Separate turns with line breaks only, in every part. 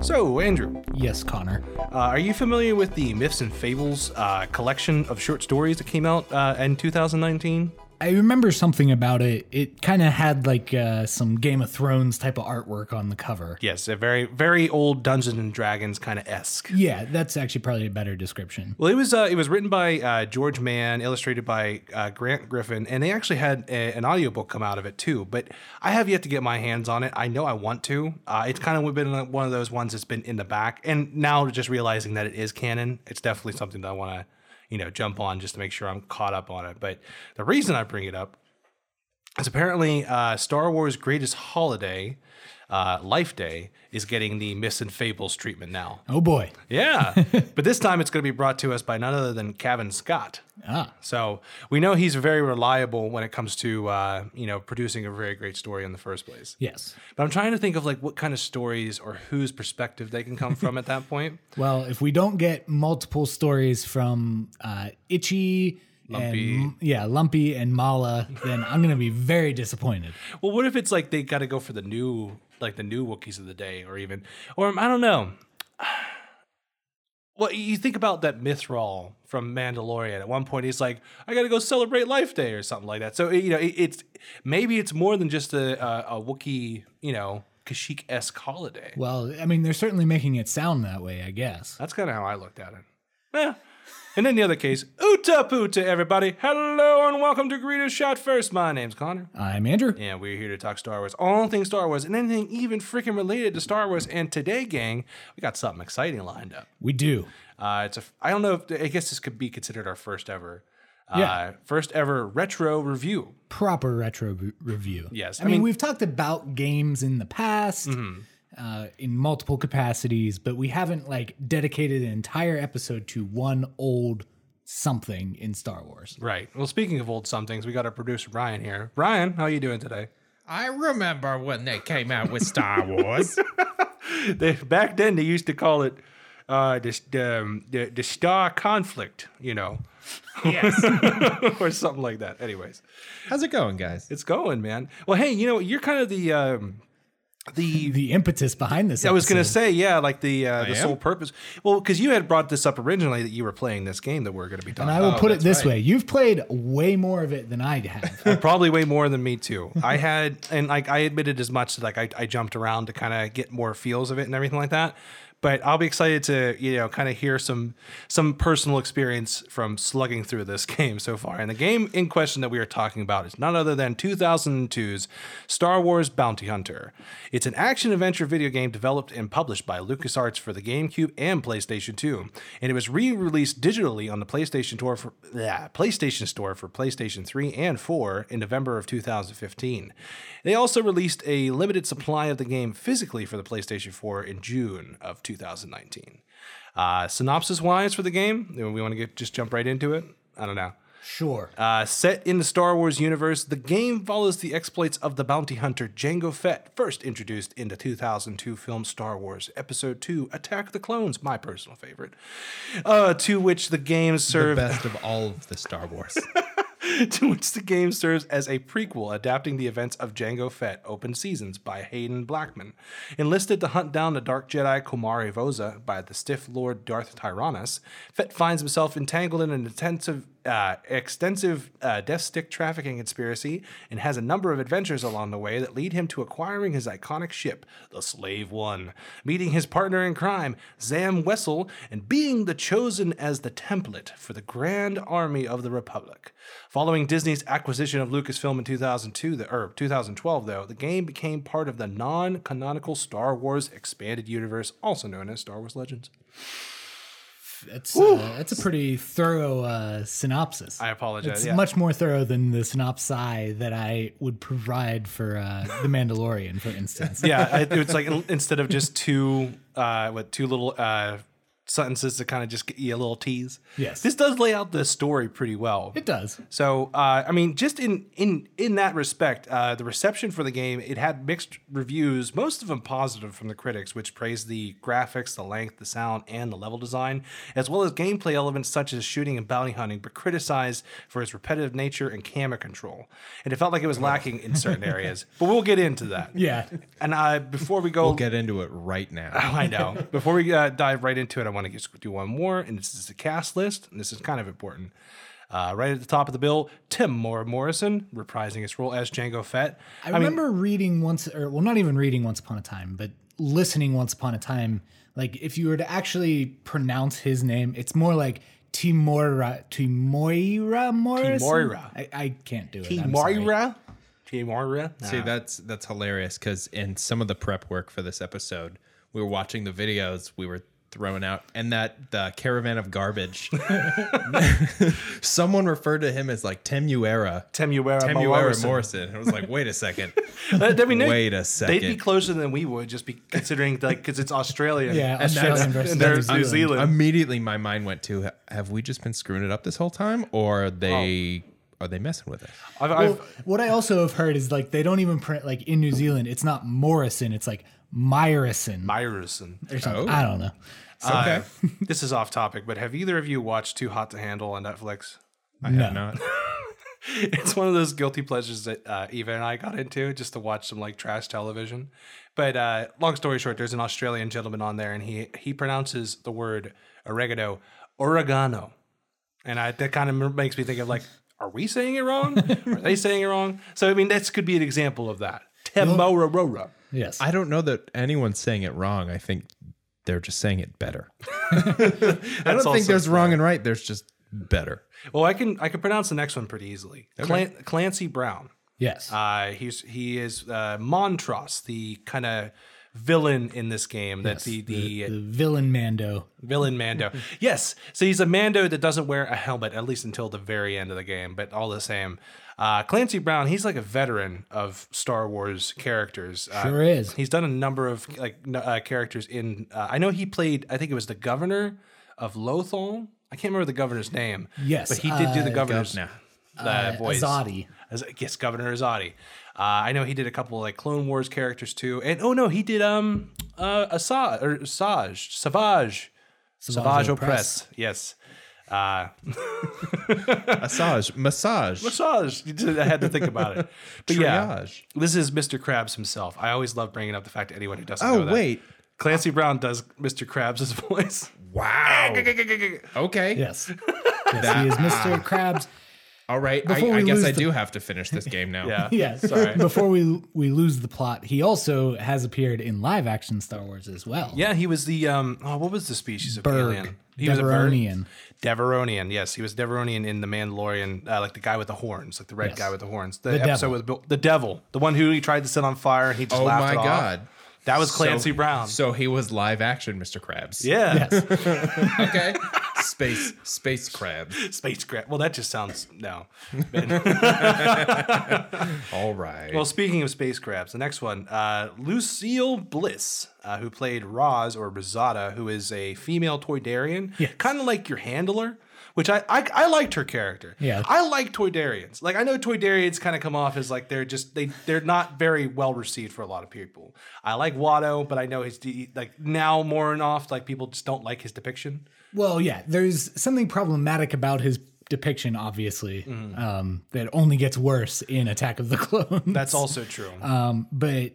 So, Andrew,
Yes, Connor.
uh, are you familiar with the Myths and Fables uh, collection of short stories that came out uh, in 2019?
I remember something about it. It kind of had like uh, some Game of Thrones type of artwork on the cover.
Yes, a very, very old Dungeons and Dragons kind of esque.
Yeah, that's actually probably a better description.
Well, it was uh, it was written by uh, George Mann, illustrated by uh, Grant Griffin, and they actually had a, an audiobook come out of it too. But I have yet to get my hands on it. I know I want to. Uh, it's kind of been one of those ones that's been in the back, and now just realizing that it is canon, it's definitely something that I want to, you know, jump on just to make sure I'm caught up on it. But the reason I bring it up it's apparently uh, Star Wars' greatest holiday, uh, Life Day, is getting the Myths and Fables treatment now.
Oh boy.
Yeah, but this time it's going to be brought to us by none other than Kevin Scott.
Ah.
So we know he's very reliable when it comes to uh, you know producing a very great story in the first place.
Yes.
But I'm trying to think of like what kind of stories or whose perspective they can come from at that point.
Well, if we don't get multiple stories from uh, Itchy,
Lumpy.
and yeah, Lumpy and Mala, then I'm gonna be very disappointed.
Well, what if it's like they got to go for the new like the new Wookiees of the day, or even or I don't know. Well, you think about that Mithral from Mandalorian. At one point, he's like, "I got to go celebrate Life Day" or something like that. So you know, it, it's maybe it's more than just a a, a Wookiee, you know, Kashyyyk esque holiday.
Well, I mean, they're certainly making it sound that way, I guess. Uh,
That's kind of how I looked at it. Yeah. And in the other case, Uta Puta, everybody. Hello and welcome to Greeters Shot First. My name's Connor.
I'm Andrew.
Yeah, we're here to talk Star Wars, all things Star Wars, and anything even freaking related to Star Wars. And today, gang, we got something exciting lined up.
We do.
Uh, it's a, I don't know if I guess this could be considered our first ever, uh,
Yeah.
first ever retro review.
proper retro re- review.
Yes,
I,
I
mean,
mean- Mm-hmm.
we've talked about games in the past uh, in multiple capacities, but we haven't like dedicated an entire episode to one old something in Star Wars.
Right. Well, speaking of old somethings, we got our producer Brian here. Brian, how you doing today?
I remember when they came out with Star Wars.
They, back then, they used to call it uh, the, um, the the Star Conflict, you know,
yes.
or something like that. Anyways.
How's it going, guys?
It's going, man. Well, hey, you know, you're kind of the um, the
The impetus behind this,
I was going to
episode-
say, yeah, like the uh, the
am?
sole purpose. Well, because you had brought this up originally that you were playing this game that we're going to be talking
and I will
about.
put it
that's
this
right.
way: you've played way more of it than I have.
Probably way more than me too. I had, and like I admitted as much that like I, I jumped around to kind of get more feels of it and everything like that. But I'll be excited to you know kind of hear some some personal experience from slugging through this game so far. And the game in question that we are talking about is none other than 2002's Star Wars Bounty Hunter. It's an action adventure video game developed and published by LucasArts for the GameCube and PlayStation 2, and it was re-released digitally on the PlayStation Store for yeah, PlayStation Store for PlayStation 3 and 4 in November of 2015. They also released a limited supply of the game physically for the PlayStation 4 in June of 2019. Uh, synopsis wise for the game, we want to get just jump right into it. I don't know.
sure.
Uh, set in the Star Wars universe, the game follows the exploits of the bounty hunter Jango Fett, first introduced in the 2002 film Star Wars Episode 2 Attack the Clones, my personal favorite, uh, to which the game
The
served
best of all of the Star Wars.
to which the game serves as a prequel adapting the events of Django Fett Open Seasons by Hayden Blackman. Enlisted to hunt down the Dark Jedi Komari Voza by the stiff Lord Darth Tyrannus, Fett finds himself entangled in an intensive, uh, extensive uh, death stick trafficking conspiracy and has a number of adventures along the way that lead him to acquiring his iconic ship, the Slave One, meeting his partner in crime, Zam Wessel, and being the chosen as the template for the Grand Army of the Republic. Following Disney's acquisition of Lucasfilm in 2002, the, er, or 2012, though, the game became part of the non canonical Star Wars Expanded Universe, also known as Star Wars Legends.
That's uh, that's a pretty thorough uh, synopsis.
I apologize.
It's
yeah.
much more thorough than the synopsi that I would provide for uh, The Mandalorian, for instance.
yeah, I- it's like in- instead of just two, uh, what two little uh, sentences to kind of just get you a little tease.
Yes.
This does lay out the story pretty well.
It does.
So uh, I mean, just in in in that respect, uh, the reception for the game it had mixed reviews, most of them positive from the critics, which praised the graphics, the length, the sound, and the level design, as well as gameplay elements such as shooting and bounty hunting, but criticized for its repetitive nature and camera control. And it felt like it was lacking in certain areas, but we'll get into that.
Yeah.
And uh, before we go,
We'll get into it right now.
I know. Before we uh, dive right into it, I want to just do one more, and this is the cast list, and this is kind of important. Uh, right at the top of the bill, Tim Moore Morrison reprising his role as Django Fett.
I, remember reading once, or well, not even reading Once Upon a Time, but listening Once Upon a Time. Like, if you were to actually pronounce his name, it's more like Timora, Timoira Morrison.
Timoira.
I, I can't do it.
T.
I'm sorry.
Moira. T. Moira. Nah.
See, that's that's hilarious because in some of the prep work for this episode, we were watching the videos we were throwing out, and that the caravan of garbage. someone referred to him as like Temuera.
Tim Uera
Temuera Morrison. I was like, wait a second.
Then we knew
Wait a second.
They'd be closer than we would, just be considering like because it's Australia.
Yeah,
and that's-
Australian versus
and they're
New
New
Zealand.
Zealand.
Immediately, my mind went to: Have we just been screwing it up this whole time, or are they are they messing with us?
I've,
Well,
I've,
what I also have heard is like they don't even print like in New Zealand. It's not Morrison. It's like Myrison
Myerson.
or something.
Oh.
I don't know.
Okay,
this is off topic, but have either of you watched Too Hot to Handle on Netflix?
I have not.
it's one of those guilty pleasures that uh, Eva and I got into just to watch some like trash television. But uh, long story short, there's an Australian gentleman on there, and he he pronounces the word oregano oregano, and I, that kind of makes me think of like, are we saying it wrong? are they saying it wrong? So I mean, this could be an example of that. Temorarora.
Yes.
I don't know that anyone's saying it wrong. I think they're just saying it better. I don't think there's wrong and right. There's just better.
Well, I can I can pronounce the next one pretty easily. Clan- Clancy Brown.
yes.
Uh, he's he is uh, Montross, the kind of villain in this game. That the, the
the villain Mando.
villain Mando. yes, so he's a Mando that doesn't wear a helmet at least until the very end of the game. But all the same, uh, Clancy Brown, he's like a veteran of Star Wars characters. Uh,
Sure is.
He's done a number of like n- uh, characters in. Uh, I know he played. I think it was the governor of Lothal. I can't remember the governor's name.
Yes,
but he did do the governor's
Governor.
uh,
Uh,
voice.
Azadi.
As, yes, Governor Azadi. Uh, I know he did a couple like Clone Wars characters too, and oh no, he did um uh Asaj or Asaj Savage Savage
Opress.
Opress. Yes, uh,
Massage, massage,
Asaj. You did- I had to think about it, but yeah,
triage.
this is Mr. Krabs himself. I always love bringing up the fact to anyone who doesn't. know
Oh
that.
wait,
Clancy Brown does Mr. Krabs' voice.
wow. okay,
Yes. yes he is Mr. Krabs.
all right. I,
Before
I
we
guess
lose
I
the-
do have to finish this game now.
Yeah,
Yeah.
Sorry.
Before we we lose the plot, he also has appeared in live action Star Wars as well.
Yeah, he was the um. Oh, what was the species of
Berg.
alien? He was a bird.
Deveronian.
Deveronian. Yes, he was Deveronian in the Mandalorian, uh, like the guy with the horns, like the red
Yes.
guy with the horns. The,
The
episode
devil.
with Bill- the devil, the one who he tried to set on fire and he just
Oh
laughed
my
it off.
god.
That was Clancy
So-
Brown.
So he was live action, Mr. Krabs.
yeah,
Yes.
Okay. space, space Krabs.
space crap. Well, that just sounds no.
All right.
Well, speaking of space crabs, the next one, uh, Lucille Bliss, uh, who played Roz or Rosada, who is a female Toydarian,
Yes.
kind of like your handler. Which I, I I liked her character.
Yeah.
I like Toydarians. Like I know Toydarians kind of come off as like they're just they they're not very well received for a lot of people. I like Watto, but I know he's de- like now more and off like people just don't like his depiction.
well, yeah. There's something problematic about his depiction, obviously,
Mm.
um, that only gets worse in Attack of the Clones.
That's also true.
Um, but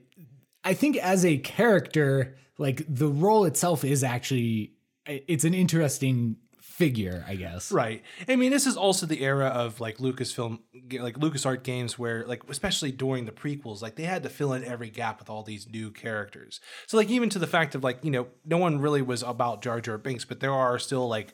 I think as a character, like the role itself is actually it's an interesting figure, I guess.
Right. I mean, this is also the era of like Lucasfilm, like LucasArts games where, like, especially during the prequels, like they had to fill in every gap with all these new characters. So, like, even to the fact of like, you know, no one really was about Jar Jar Binks, but there are still like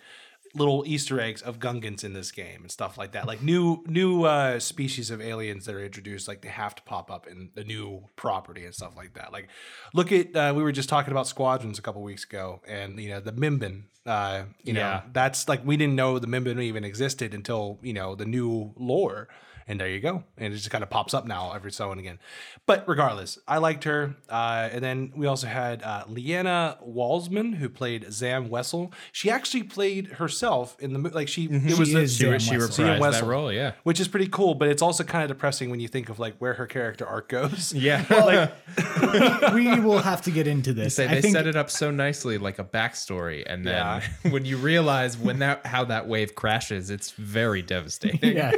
little Easter eggs of Gungans in this game and stuff like that. Like new new uh, species of aliens that are introduced, like they have to pop up in the new property and stuff like that. Like, look at uh, we were just talking about squadrons a couple weeks ago, and you know the Mimbin. Uh, you know
Yeah.
that's like we didn't know the Mimbin even existed until you know the new lore. and there you go. And it just kind of pops up now every so and again. But regardless, I liked her. Uh, and then we also had uh, Leanna Walsman, who played Zam Wessel. She actually played herself in the movie. Like she, it was
She
the-
is
Mm-hmm.
Sam
She, she
Wessel.
Sam
reprised that
Wessel.
role, yeah.
which is pretty cool. But it's also kind of depressing when you think of like where her character arc goes.
Yeah.
like
we will have to get into this.
Say
I
they
think
set it up so nicely, like a backstory, and then
Yeah.
when you realize when that how that wave crashes, it's very devastating.
yeah.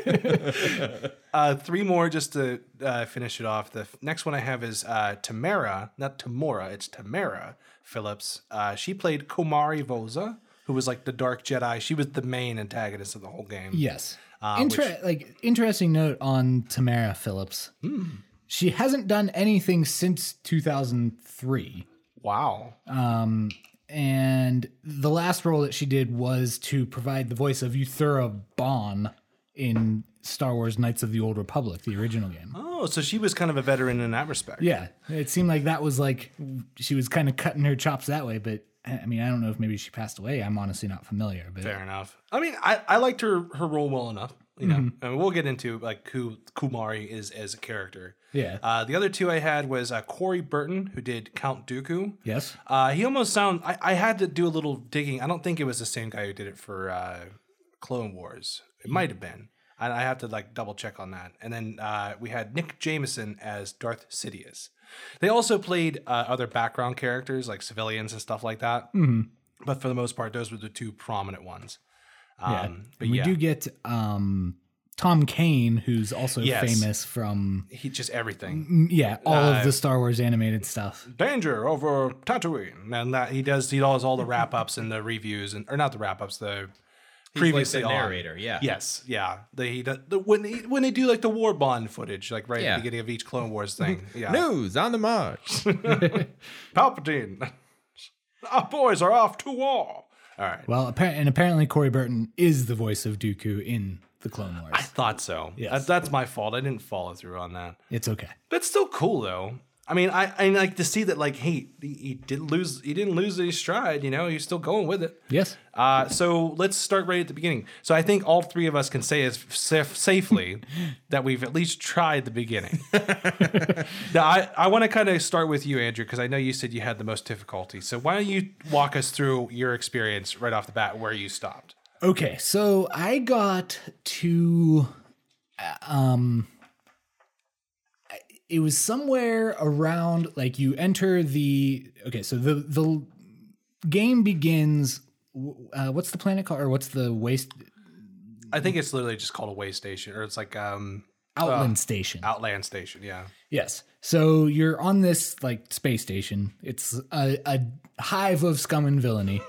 uh, three more just to uh, finish it off. The f- next one I have is uh, Tamara, not Tamora, it's Tamara Phillips. Uh, she played Komari Voza, who was like the Dark Jedi. She was the main antagonist of the whole game.
Yes.
Uh,
Inter- like interesting note on Tamara Phillips.
Hmm.
She hasn't done anything since 2003.
Wow.
And the last role that she did was to provide the voice of Euthura Bon in Star Wars Knights of the Old Republic, the original game.
Oh, so she was kind of a veteran in that respect.
Yeah, it seemed like that was like she was kind of cutting her chops that way. But I I mean, I don't know if maybe she passed away. I'm honestly not familiar. But
Fair enough. I mean, I, I liked her her role well enough. You know, I mean, we'll get into like who Kumari is as a character.
yeah,
Uh, the other two I had was uh, Corey Burton, who did Count Dooku.
yes,
Uh, he almost sound. I, I had to do a little digging. I don't think it was the same guy who did it for uh, Clone Wars. It might have been. I, I have to like double check on that. And then uh, we had Nick Jameson as Darth Sidious. They also played uh, other background characters like civilians and stuff like that.
Mm-hmm.
But for the most part, those were the two prominent ones. Um,
yeah.
But
And we
yeah,
do get um, Tom Kane, who's also
Yes.
famous from
he just everything.
mm, yeah all of the Star Wars animated stuff.
danger over Tatooine, and that he does he does all the wrap ups and the reviews and or not the wrap ups the
like
previously
the
on.
narrator, yeah.
yes yeah the, he does- the when he, when they do like the war bond footage like right at
Yeah.
the beginning of each Clone Wars thing yeah
News on the march.
Palpatine our boys are off to war all right
Well, appar- and apparently Corey Burton is the voice of Dooku in the Clone Wars.
I thought so
Yes.
That- that's my fault I didn't follow through on that
it's okay.
That's still cool though. I mean, I, I like to see that like hey, he, he didn't lose he didn't lose his stride, you know, he's still going with it.
Yes.
Uh, so let's start right at the beginning. So I think all three of us can say as saf- safely that we've at least tried the beginning. now I, I want to kind of start with you, Andrew, because I know you said you had the most difficulty. So why don't you walk us through your experience right off the bat where you stopped?
Okay, so I got to uh, um I- it was somewhere around like you enter the okay, so the the game begins w- uh, what's the planet called or what's the waste
I think it's literally just called a way station, or it's like um
outland station.
outland station. Yeah.
Yes. So you're on this like space station. It's a, a hive of scum and villainy,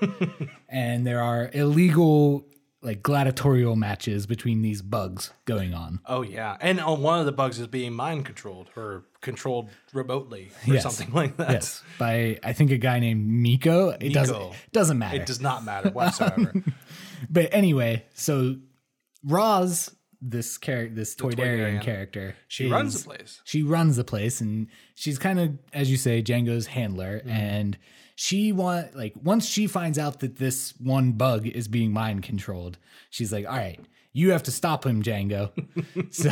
and there are illegal like gladiatorial matches between these bugs going on.
Oh yeah, and on one of the bugs is being mind controlled or controlled remotely or
Yes.
something like that.
Yes, by I think a guy named Miko. It doesn't
Miko.
it doesn't matter.
It does not matter whatsoever.
but anyway, so Roz, this character, this Toydarian
Toydarian.
character,
she runs the place.
She runs the place, and she's kind of, as you say, Django's handler.
Mm-hmm.
And she want like once she finds out that this one bug is being mind controlled, she's like, "All right, you have to stop him, Django." so,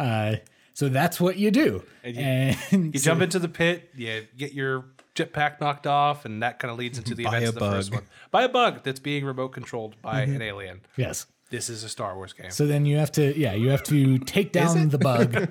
uh, so that's what you do. and
You jump into the pit, you get your jetpack knocked off, and that kind of leads into the
By
events
a
of the first
bug.
one. By a bug that's being remote controlled by an alien.
yes.
This is a Star Wars game.
Mm-hmm. So then you have to, yeah, you have to take down the bug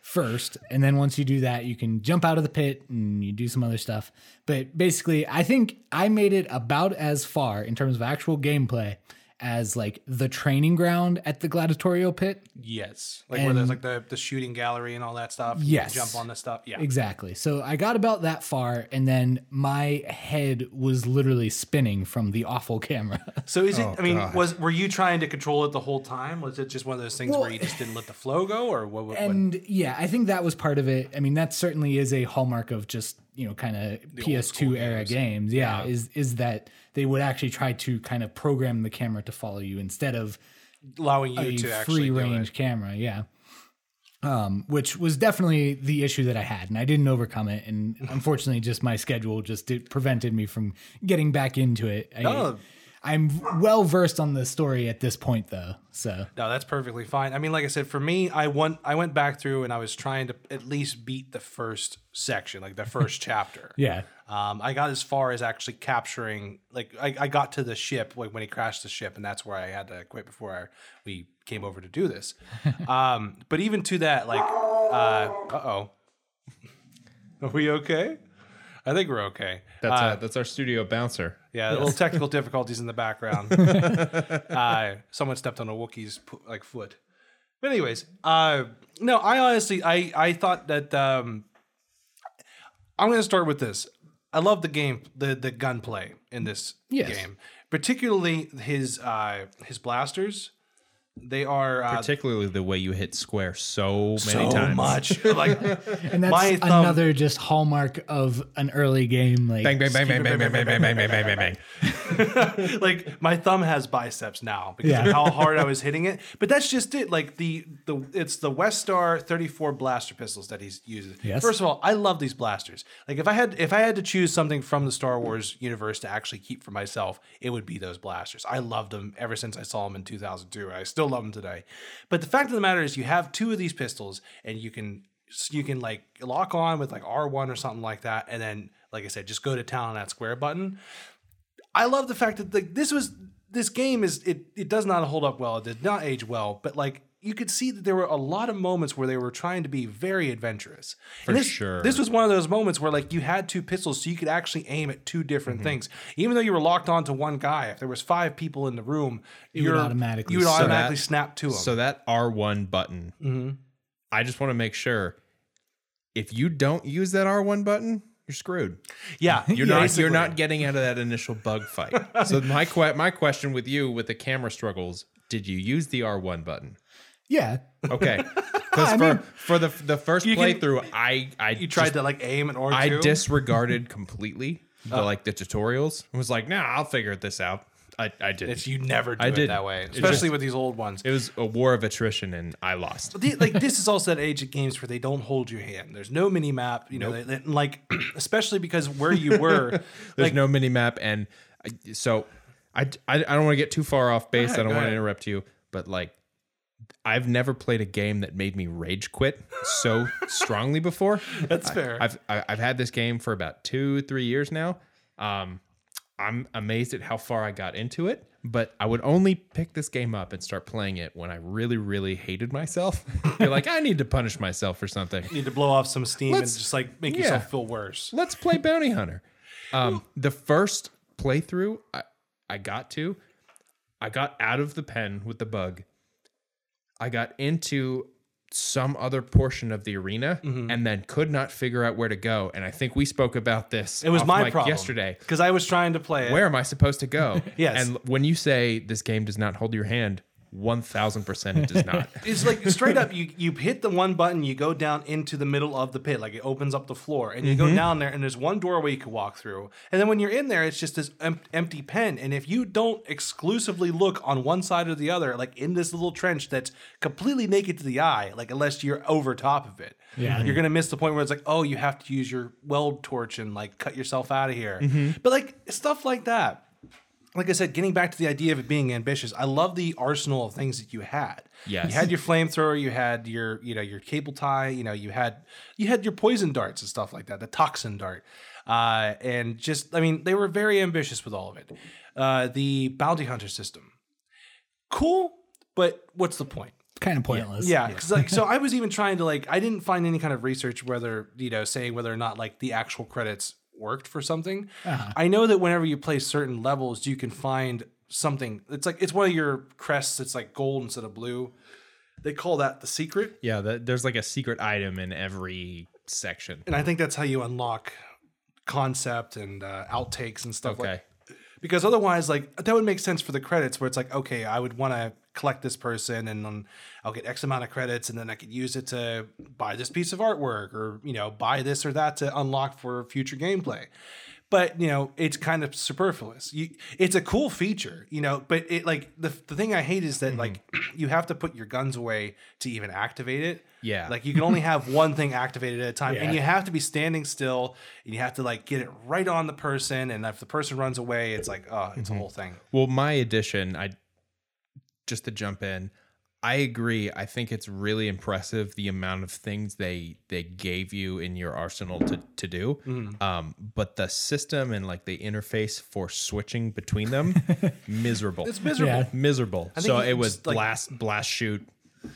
first. And then once you do that, you can jump out of the pit and you do some other stuff. But basically, I think I made it about as far in terms of actual gameplay as like the training ground at the gladiatorial pit.
yes, like where there's like the, the shooting gallery and all that stuff. You
Yes.
jump on the stuff. Yeah,
Exactly. So I got about that far. And then my head was literally spinning from the awful camera.
So is it?
oh,
I mean,
God.
was were you trying to control it the whole time? Was it just one of those things where you just didn't let the flow go, or what? what, what?
And yeah, I think that was part of it. I mean, that certainly is a hallmark of just you know kind of PS2 era games. Yeah, is is that they would actually try to kind of program the camera to follow you instead of
allowing
a
you to actually
free
do it.
range camera. Yeah. Um, which was definitely the issue that I had, and I didn't overcome it. And unfortunately, just my schedule just did, prevented me from getting back into it. I,
No.
I'm well versed on the story at this point, though. So
No, that's perfectly fine. I mean, like I said, for me, I went I went back through and I was trying to at least beat the first section, like the first chapter.
yeah,
Um, I got as far as actually capturing, like I, I got to the ship, like when he crashed the ship, and that's where I had to quit before I, we came over to do this. um, but even to that, like, uh oh, are we okay? I think we're okay.
That's uh, that's our studio bouncer.
Yeah, little technical difficulties in the background. uh, someone stepped on a Wookiee's p- like foot. But anyways, uh, no, I honestly, I I thought that um, I'm going to start with this. I love the game, the the gunplay in this
Yes.
game, particularly his uh, his blasters. They are uh,
Particularly the way you hit square so many
so
times.
much like
and that's
My thumb-
another just hallmark of an early game. Like
Bang bang bang bang bang bang bang bang bang bang bang bang. bang.
like my thumb has biceps now because of
Yeah.
how hard I was hitting it. But that's just it. Like the the it's the West Star 34 blaster pistols that he's using.
Yes.
First of all, I love these blasters. Like if I had if I had to choose something from the Star Wars universe to actually keep for myself, it would be those blasters. I loved them ever since I saw them in 2002. and I still love them today. But the fact of the matter is you have two of these pistols and you can you can like lock on with like R1 or something like that and then like I said, just go to town on that square button. I love the fact that like this was this game is it it does not hold up well. It did not age well, but like you could see that there were a lot of moments where they were trying to be very adventurous. For this,
sure.
This was one of those moments where like you had two pistols, so you could actually aim at two different
Mm-hmm.
things. Even though you were locked onto one guy, if there was five people in the room, you would
automatically
you would
So that-
automatically snap to them.
So that R1 button. I just want to make sure if you don't use that R1 button, you're screwed.
yeah,
You're not you're not getting out of that initial bug fight. so my que- my question with you with the camera struggles, did you use the R1 button?
yeah,
Okay. Because for, for the the first
can-
playthrough, I I
You tried to like aim at R2.
I disregarded completely the
Oh.
like the tutorials. I was like, nah, I'll figure this out. I, I did.
It's- you never do
I
it
didn't.
that way,
It's
especially
just-
with these old ones.
It was a war of attrition, and I lost.
the- like this is also that age of games where they don't hold your hand. There's no mini map, you know, they- they- like especially because where you were,
There's
like
no mini map, and I, so I I, I don't want to get too far off base.
ahead,
I don't
go
want to
ahead.
interrupt you, but like. I've never played a game that made me rage quit so strongly before.
that's fair.
I've I- I've had this game for about two three years now. Um, I'm amazed at how far I got into it, but I would only pick this game up and start playing it when I really really hated myself. You're like, I need to punish myself for something.
need to blow off some steam and
Let's-
just like make
yeah.
yourself feel worse.
Let's play Bounty Hunter. Um, the first playthrough I, I got to, I got out of the pen with the bug. I got into some other portion of the arena
Mm-hmm.
and then could not figure out where to go. And I think we spoke about this.
It was
off
my
mic
problem
yesterday.
because I was trying to play it.
Where am I supposed to go?
Yes.
And when you say this game does not hold your hand, one thousand percent it does not.
It's like straight up. You you hit the one button, you go down into the middle of the pit, like it opens up the floor, and you go down there, and there's one doorway you can walk through, and then when you're in there, it's just this em- empty pen, and if you don't exclusively look on one side or the other, like in this little trench that's completely naked to the eye, like unless you're over top of it,
Yeah.
you're gonna miss the point where it's like, oh, you have to use your weld torch and like cut yourself out of here, but like stuff like that like I said, getting back to the idea of it being ambitious, I love the arsenal of things that you had.
Yes.
you had your flamethrower, you had your you know your cable tie, you know you had you had your poison darts and stuff like that, the toxin dart, uh, and just I mean they were very ambitious with all of it. Uh, the bounty hunter system, cool, but what's the point?
kind of pointless.
Yeah, 'cause, like so I was even trying to like I didn't find any kind of research whether you know saying whether or not like the actual credits worked for something. I know that whenever you play certain levels, you can find something. It's like it's one of your crests. It's like gold instead of blue. They call that the secret,
yeah, that, there's like a secret item in every section.
and I think that's how you unlock concept and uh, outtakes and stuff
Okay.
like because otherwise like that would make sense for the credits where it's like okay i would want to collect this person and then i'll get x amount of credits and then i could use it to buy this piece of artwork or you know buy this or that to unlock for future gameplay but you know it's kind of superfluous you, it's a cool feature you know but it like the, the thing i hate is that like you have to put your guns away to even activate it
Yeah.
like you can only have one thing activated at a time and
Yeah.
you have to be standing still and you have to like get it right on the person and if the person runs away it's like oh it's a whole thing
Well, my addition, I just to jump in, I agree. I think it's really impressive the amount of things they they gave you in your arsenal to to do. Um, but the system and like the interface for switching between them, miserable.
it's miserable
Yeah.
miserable. So
you
it was
just, like-
blast blast shoot,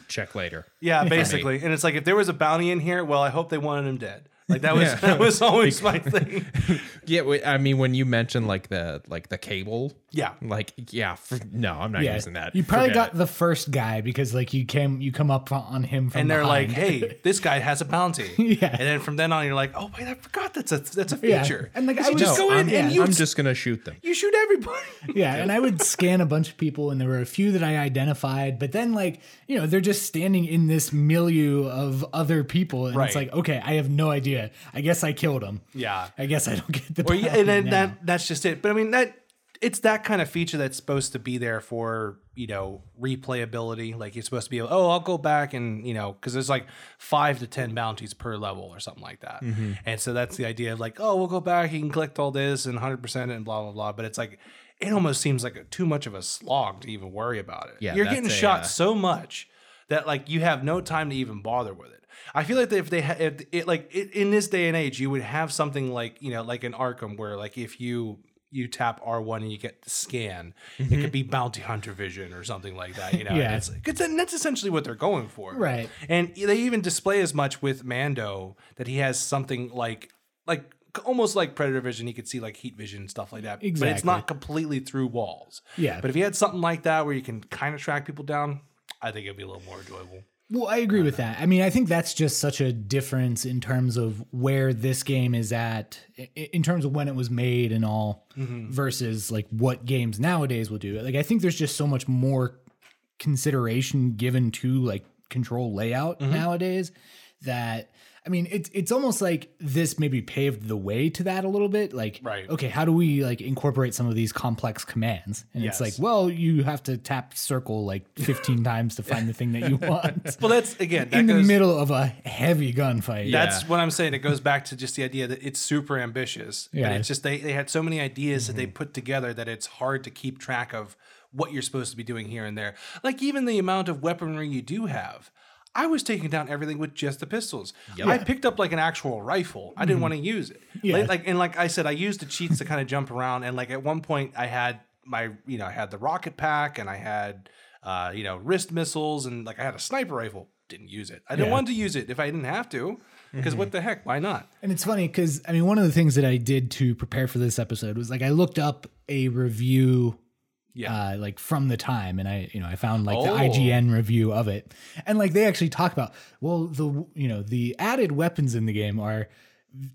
check later.
Yeah, basically. And it's like if there was a bounty in here, well, I hope they wanted him dead. Like that was that was always my thing.
Yeah, wait, I mean when you mentioned like the like the cable,
Yeah.
like yeah, f no, I'm not
Yeah,
using that.
you probably
Forget
got the first guy because like you came, you come up on him from
And they're like,
behind.
"Hey, this guy has a bounty."
Yeah.
And then from then on, you're like, "Oh wait, I forgot that's a that's a
Yeah.
feature."
And, like,
You
I
should
was-
just
no,
go in
I'm,
and
I'm
you
just gonna shoot them.
you shoot everybody.
Yeah, and I would scan a bunch of people, and there were a few that I identified, but then like you know they're just standing in this milieu of other people, and
Right.
it's like okay, I have no idea. I guess I killed him.
Yeah.
I guess I don't get the.
Or yeah,
bounty
and then
now.
that that's just it. But I mean that it's that kind of feature that's supposed to be there for you know replayability. Like you're supposed to be able, oh, I'll go back and you know because there's like five to ten bounties per level or something like that.
Mm-hmm.
And so that's the idea of like, oh, we'll go back, you can collect all this and hundred percent and blah blah blah. But it's like it almost seems like a, too much of a slog to even worry about it.
Yeah,
you're
that's
getting
a,
shot
uh,
so much that like you have no time to even bother with it. I feel like if they ha- if it like it, in this day and age, you would have something like you know like an Arkham where like if you you tap R one and you get the scan, it could be bounty hunter vision or something like that. You know,
Mm-hmm. Yeah.
And it's like, 'cause then that's essentially what they're going for,
Right.
And they even display as much with Mando that he has something like like almost like predator vision he could see like heat vision and stuff like that but it's
Exactly.
not completely through walls
Yeah.
but if you had something like that where you can kind of track people down I think it'd be a little more enjoyable.
Well, I agree with that. I mean, I think that's just such a difference in terms of where this game is at, i- in terms of when it was made and all,
Mm-hmm.
versus like what games nowadays will do. Like, I think there's just so much more consideration given to like control layout
Mm-hmm.
nowadays that. I mean, it's it's almost like this maybe paved the way to that a little bit. Like,
Right.
okay, how do we like incorporate some of these complex commands? And it's like,
Yes.
well, you have to tap circle like 15 times to find the thing that you want
Well, that's again that
in the
goes,
middle of a heavy gunfight.
Yeah.
That's what I'm saying. It goes back to just the idea that it's super ambitious.
Yeah. Mm-hmm.
And it's just they, they had so many ideas that they put together that it's hard to keep track of what you're supposed to be doing here and there. Like even the amount of weaponry you do have. I was taking down everything with just the pistols. I picked up like an actual rifle. I didn't want to use it.
Mm-hmm. Yeah.
Like, like- and like I said, I used the cheats to kind of jump around. And like at one point, I had my you know I had the rocket pack and I had uh, you know wrist missiles and like I had a sniper rifle. Didn't use it. I didn't
Yeah. Mm-hmm.
want to use it if I didn't have to. Because what the heck? Why not?
And it's funny because I mean, one of the things that I did to prepare for this episode was like I looked up a review,
Yeah.
uh, like from the time, and I you know I found like the
Oh.
IGN review of it, and like they actually talk about well the you know the added weapons in the game are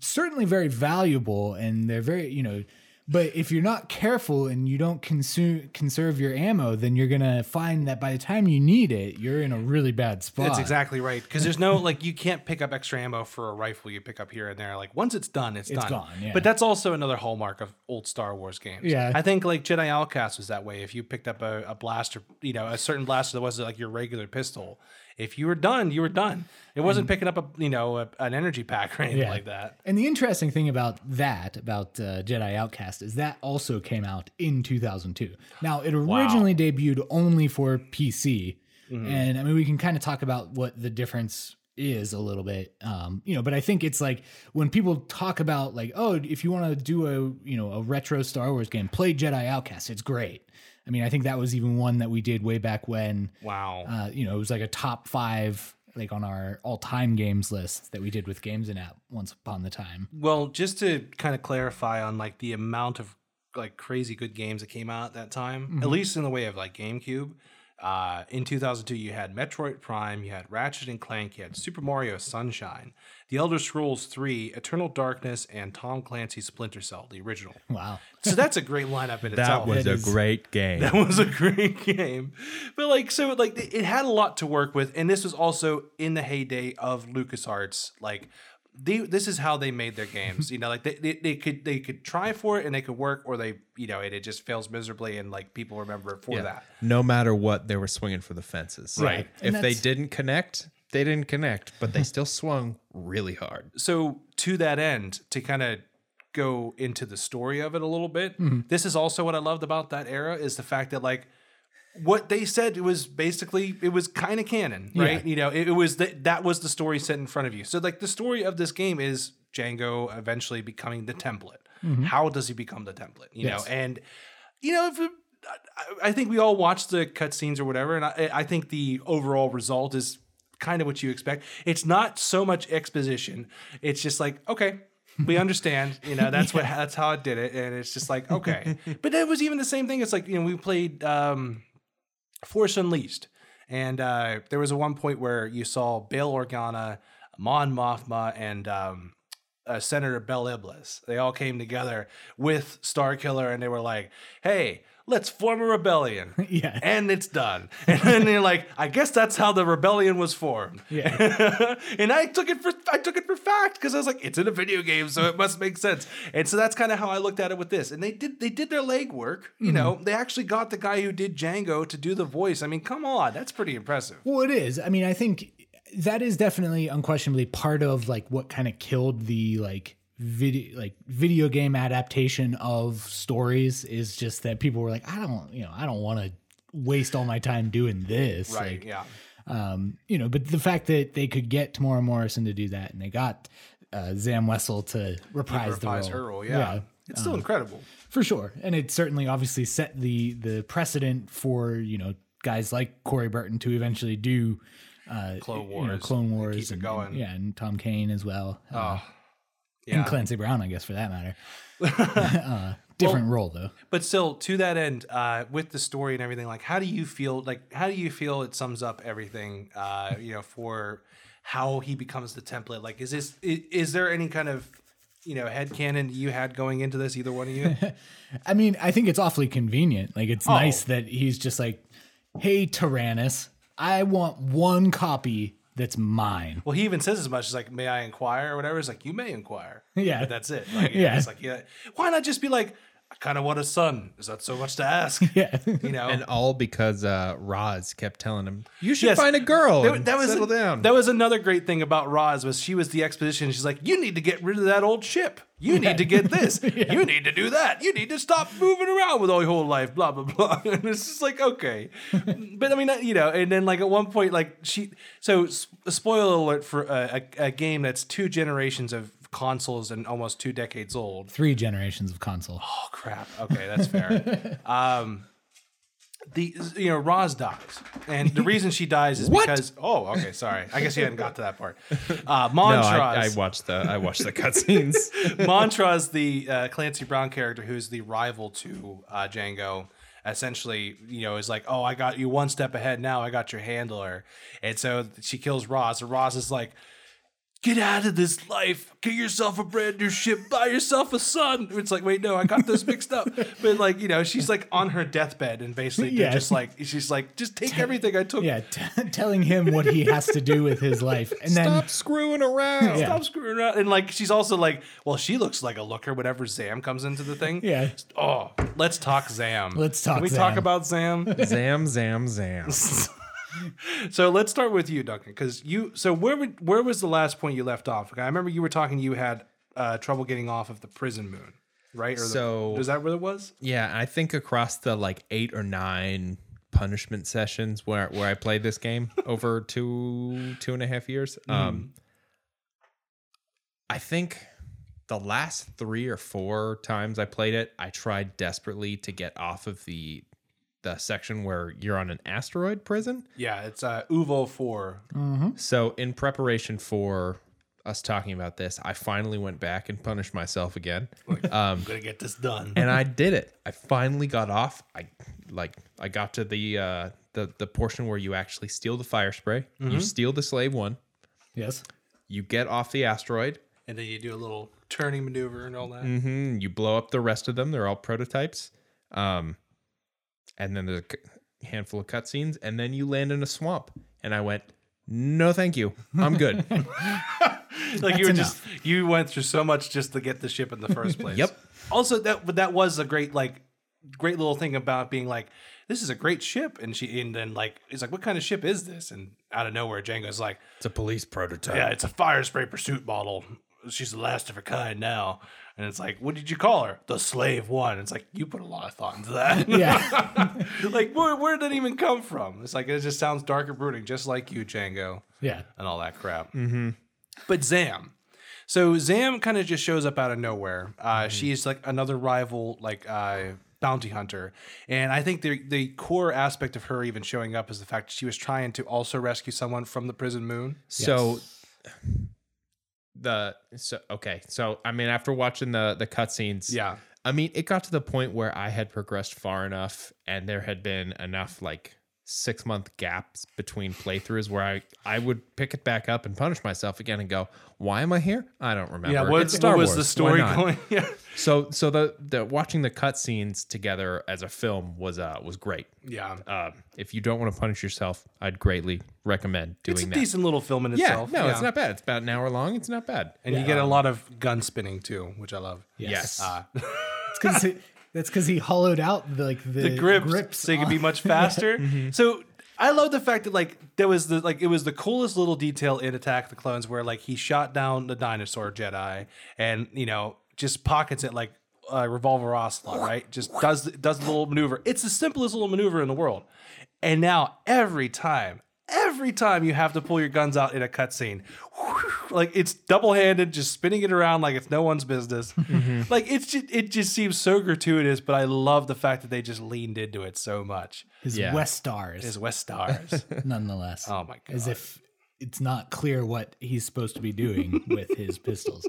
certainly very valuable and they're very you know. But if you're not careful and you don't consume conserve your ammo, then you're gonna find that by the time you need it, you're in a really bad spot.
That's exactly right. Because there's no like you can't pick up extra ammo for a rifle you pick up here and there. Like once it's done, it's, done.
gone, yeah.
But that's also another hallmark of old Star Wars games.
Yeah.
I think like Jedi Outcast was that way. If you picked up a, a blaster, you know, a certain blaster that wasn't like your regular pistol, if you were done, you were done. It wasn't picking up a you know a, an energy pack or anything
Yeah.
like that.
And the interesting thing about that, about uh, Jedi Outcast, is that also came out in 2002. Now, it originally debuted only for PC. And I mean, we can kind of talk about what the difference is a little bit, um, you know, but I think it's like when people talk about, like, oh, if you want to do a, you know, a retro Star Wars game, play Jedi Outcast, it's great. I mean, I think that was even one that we did way back when.
Wow.
Uh, you know, it was like a top five, like on our all time games list that we did with Games and App once upon the time.
Well, just to kind of clarify on like the amount of like crazy good games that came out at that time, at least in the way of like GameCube. Uh, in 2002, you had Metroid Prime, you had Ratchet and Clank, you had Super Mario Sunshine, The Elder Scrolls 3, Eternal Darkness, and Tom Clancy's Splinter Cell, the original.
Wow.
So that's a great lineup in
That
itself.
was a
is-
great game.
That was a great game. But like so like it had a lot to work with and this was also in the heyday of LucasArts like they, this is how they made their games. You know, like they, they, they could they could try for it and they could work, or they you know it, it just fails miserably and like people remember it for
Yeah.
that.
No matter what, they were swinging for the fences.
Right. And
If they
that's-
didn't connect, they didn't connect, but they still swung really hard.
so to that end to kind of go into the story of it a little bit this is also what i loved about that era is the fact that like what they said was basically it was kind of canon right you know it, it was that that was the story set in front of you so like the story of this game is django eventually becoming the template how does he become the template you
Yes.
know and you know if it- I- I think we all watched the cutscenes or whatever, and I, I think the overall result is kind of what you expect. It's not so much exposition; it's just like, okay, we understand. You know, that's what that's how it did it, and it's just like, okay. but it was even the same thing. It's like you know, we played um, Force Unleashed, and uh, there was a one point where you saw Bail Organa, Mon Mothma, and um, uh, Senator Bell Iblis. They all came together with Star Killer, and they were like, "Hey, let's form a rebellion."
Yeah.
and it's done. And then they're like, "I guess that's how the rebellion was formed." Yeah, and I took it for I took it for fact because I was like, "It's in a video game, so it must make sense." And so that's kind of how I looked at it with this. And they did they did their legwork. You know, they actually got the guy who did Django to do the voice. I mean, come on, that's pretty impressive.
Well, it is. I mean, I think that is definitely unquestionably part of like what kind of killed the like video like video game adaptation of stories is just that people were like, I don't, you know, I don't want to waste all my time doing this.
Right?
Like,
yeah.
um, you know, but the fact that they could get Tamora Morrison to do that and they got uh, Zam Wessel to reprise, the
Reprise
role.
her role. Yeah. Uh-huh. It's still incredible.
For sure, and it certainly obviously set the the precedent for you know guys like Corey Burton to eventually do uh,
Clone
you know,
Wars,
Clone
and
Wars,
keep it
and,
going. Oh,
and- yeah, and Tom Kane as well, uh,
Yeah.
and Clancy Brown, I guess for that matter. uh, different role though.
but still to that end uh, with the story and everything like how do you feel like how do you feel it sums up everything uh, you know for how he becomes the template like is this is, is there any kind of you know headcanon you had going into this either one of you
I mean, I think it's awfully convenient. Like,
Oh.
it's nice that he's just like, "Hey, Tyrannus, I want one copy that's mine."
well he even says as much as like may i inquire or whatever it's like you may inquire
Yeah.
But that's it like,
Yeah.
yeah it's like yeah why not just be like i kind of want a son is that so much to ask
Yeah,
you know
And all because uh, Roz kept telling him, "You should
Yes.
find a girl.
That,
and
that was
settle down."
that was another great thing about Roz was she was the exposition. She's like, you need to get rid of that old ship. You need to get this. You need to do that. You need to stop moving around with all your whole life. Blah blah blah. And it's just like okay, but I mean that- you know. And then like at one point like she so s- spoiler alert for a, a, a game that's two generations of consoles and almost two decades old.
three generations of console.
Oh crap. Okay, that's fair. um the you know Roz dies, and the reason she dies is
What?
because oh okay sorry I guess you hadn't got to that part. Uh,
no, I, I
Montrose,
watched the I watched the cutscenes.
Montrose, the uh, Clancy Brown character who's the rival to uh, Django, essentially you know is like oh I got you one step ahead now I got your handler, and so she kills Roz. And Roz is like get out of this life. Get yourself a brand new ship. Buy yourself a son. It's like, wait, no, I got those mixed up. But like, you know, she's like on her deathbed and basically they're
Yeah.
just like, she's like, just take everything I took.
Yeah, t- telling him what he has to do with his life, and then
Stop screwing around.
Yeah.
Stop screwing around. And like, she's also like, well, she looks like a looker whenever Zam comes into the thing.
Yeah.
Oh, let's talk Zam.
Let's
Can
talk
we talk
Zam.
about Zam?
Zam, zam, zam.
so let's start with you, Duncan, because you. So where would, where was the last point you left off? Okay, I remember you were talking. You had uh, trouble getting off of the prison moon, right? Or the-
So-
is that what it was?
Yeah, I think across the like eight or nine punishment sessions where where I played this game over two two and a half years, um, I think the last three or four times I played it, I tried desperately to get off of the the section where you're on an asteroid prison.
Yeah, it's uh, Uvo Four.
So in preparation for us talking about this, I finally went back and punished myself again. Um,
I'm gonna get this done.
and I did it. I finally got off. I like I got to the uh the the portion where you actually steal the fire spray.
Mm-hmm.
You steal the slave one.
yes,
You get off the asteroid.
And then you do a little turning maneuver and all that.
hmm You blow up the rest of them. They're all prototypes. Um, and then there's a c- handful of cutscenes, and then you land in a swamp. And I went, no, thank you. I'm good.
like you
That's
were just you went through so much just to get the ship in the first place.
Yep.
Also, that but that was a great like great little thing about being like this is a great ship, and she and then like it's like what kind of ship is this? And out of nowhere, Django's like,
It's a police prototype.
yeah, it's a fire spray pursuit model. She's the last of her kind now. And it's like, what did you call her? The Slave One. It's like you put a lot of thought into that.
Yeah.
like where where did that even come from? It's like it just sounds dark and brooding, just like you, Django
yeah.
and all that crap.
Mm-hmm.
But Zam. So Zam kind of just shows up out of nowhere.
Mm-hmm.
Uh, She's like another rival, like uh, bounty hunter, and I think the the core aspect of her even showing up is the fact that she was trying to also rescue someone from the prison moon.
So the so okay. So I mean, after watching the the cutscenes,
Yeah.
I mean, it got to the point where I had progressed far enough, and there had been enough like six month gaps between playthroughs where I I would pick it back up and punish myself again and go, why am I here? I don't remember.
Yeah, what,
It's Star
what was
Wars.
the
Why
story
not?"
going? Yeah,
So so the the watching the cutscenes together as a film was uh was great.
yeah.
Um, if you don't want to punish yourself, I'd greatly recommend doing
It's a
that.
decent little film in
yeah,
itself.
no, it's not um, bad. It's about an hour long. It's not bad.
And you get a lot of gun spinning too, which I love.
Yes.
Uh,
It's 'cause he- that's because he hollowed out the, like the,
the grips,
grips
so you can
on-
be much faster. So I love the fact that like there was the like it was the coolest little detail in Attack of the Clones where like he shot down the dinosaur Jedi and you know just pockets it like uh, revolver Ocelot, right? Just does does the little maneuver. It's the simplest little maneuver in the world. And now every time, every time you have to pull your guns out in a cutscene, like it's double handed, just spinning it around like it's no one's business. Like it's just, it just seems so gratuitous, but I love the fact that they just leaned into it so much.
his
Yeah.
West Stars,
Is West Stars?
nonetheless.
oh my god!
as if it's not clear what he's supposed to be doing with his pistols.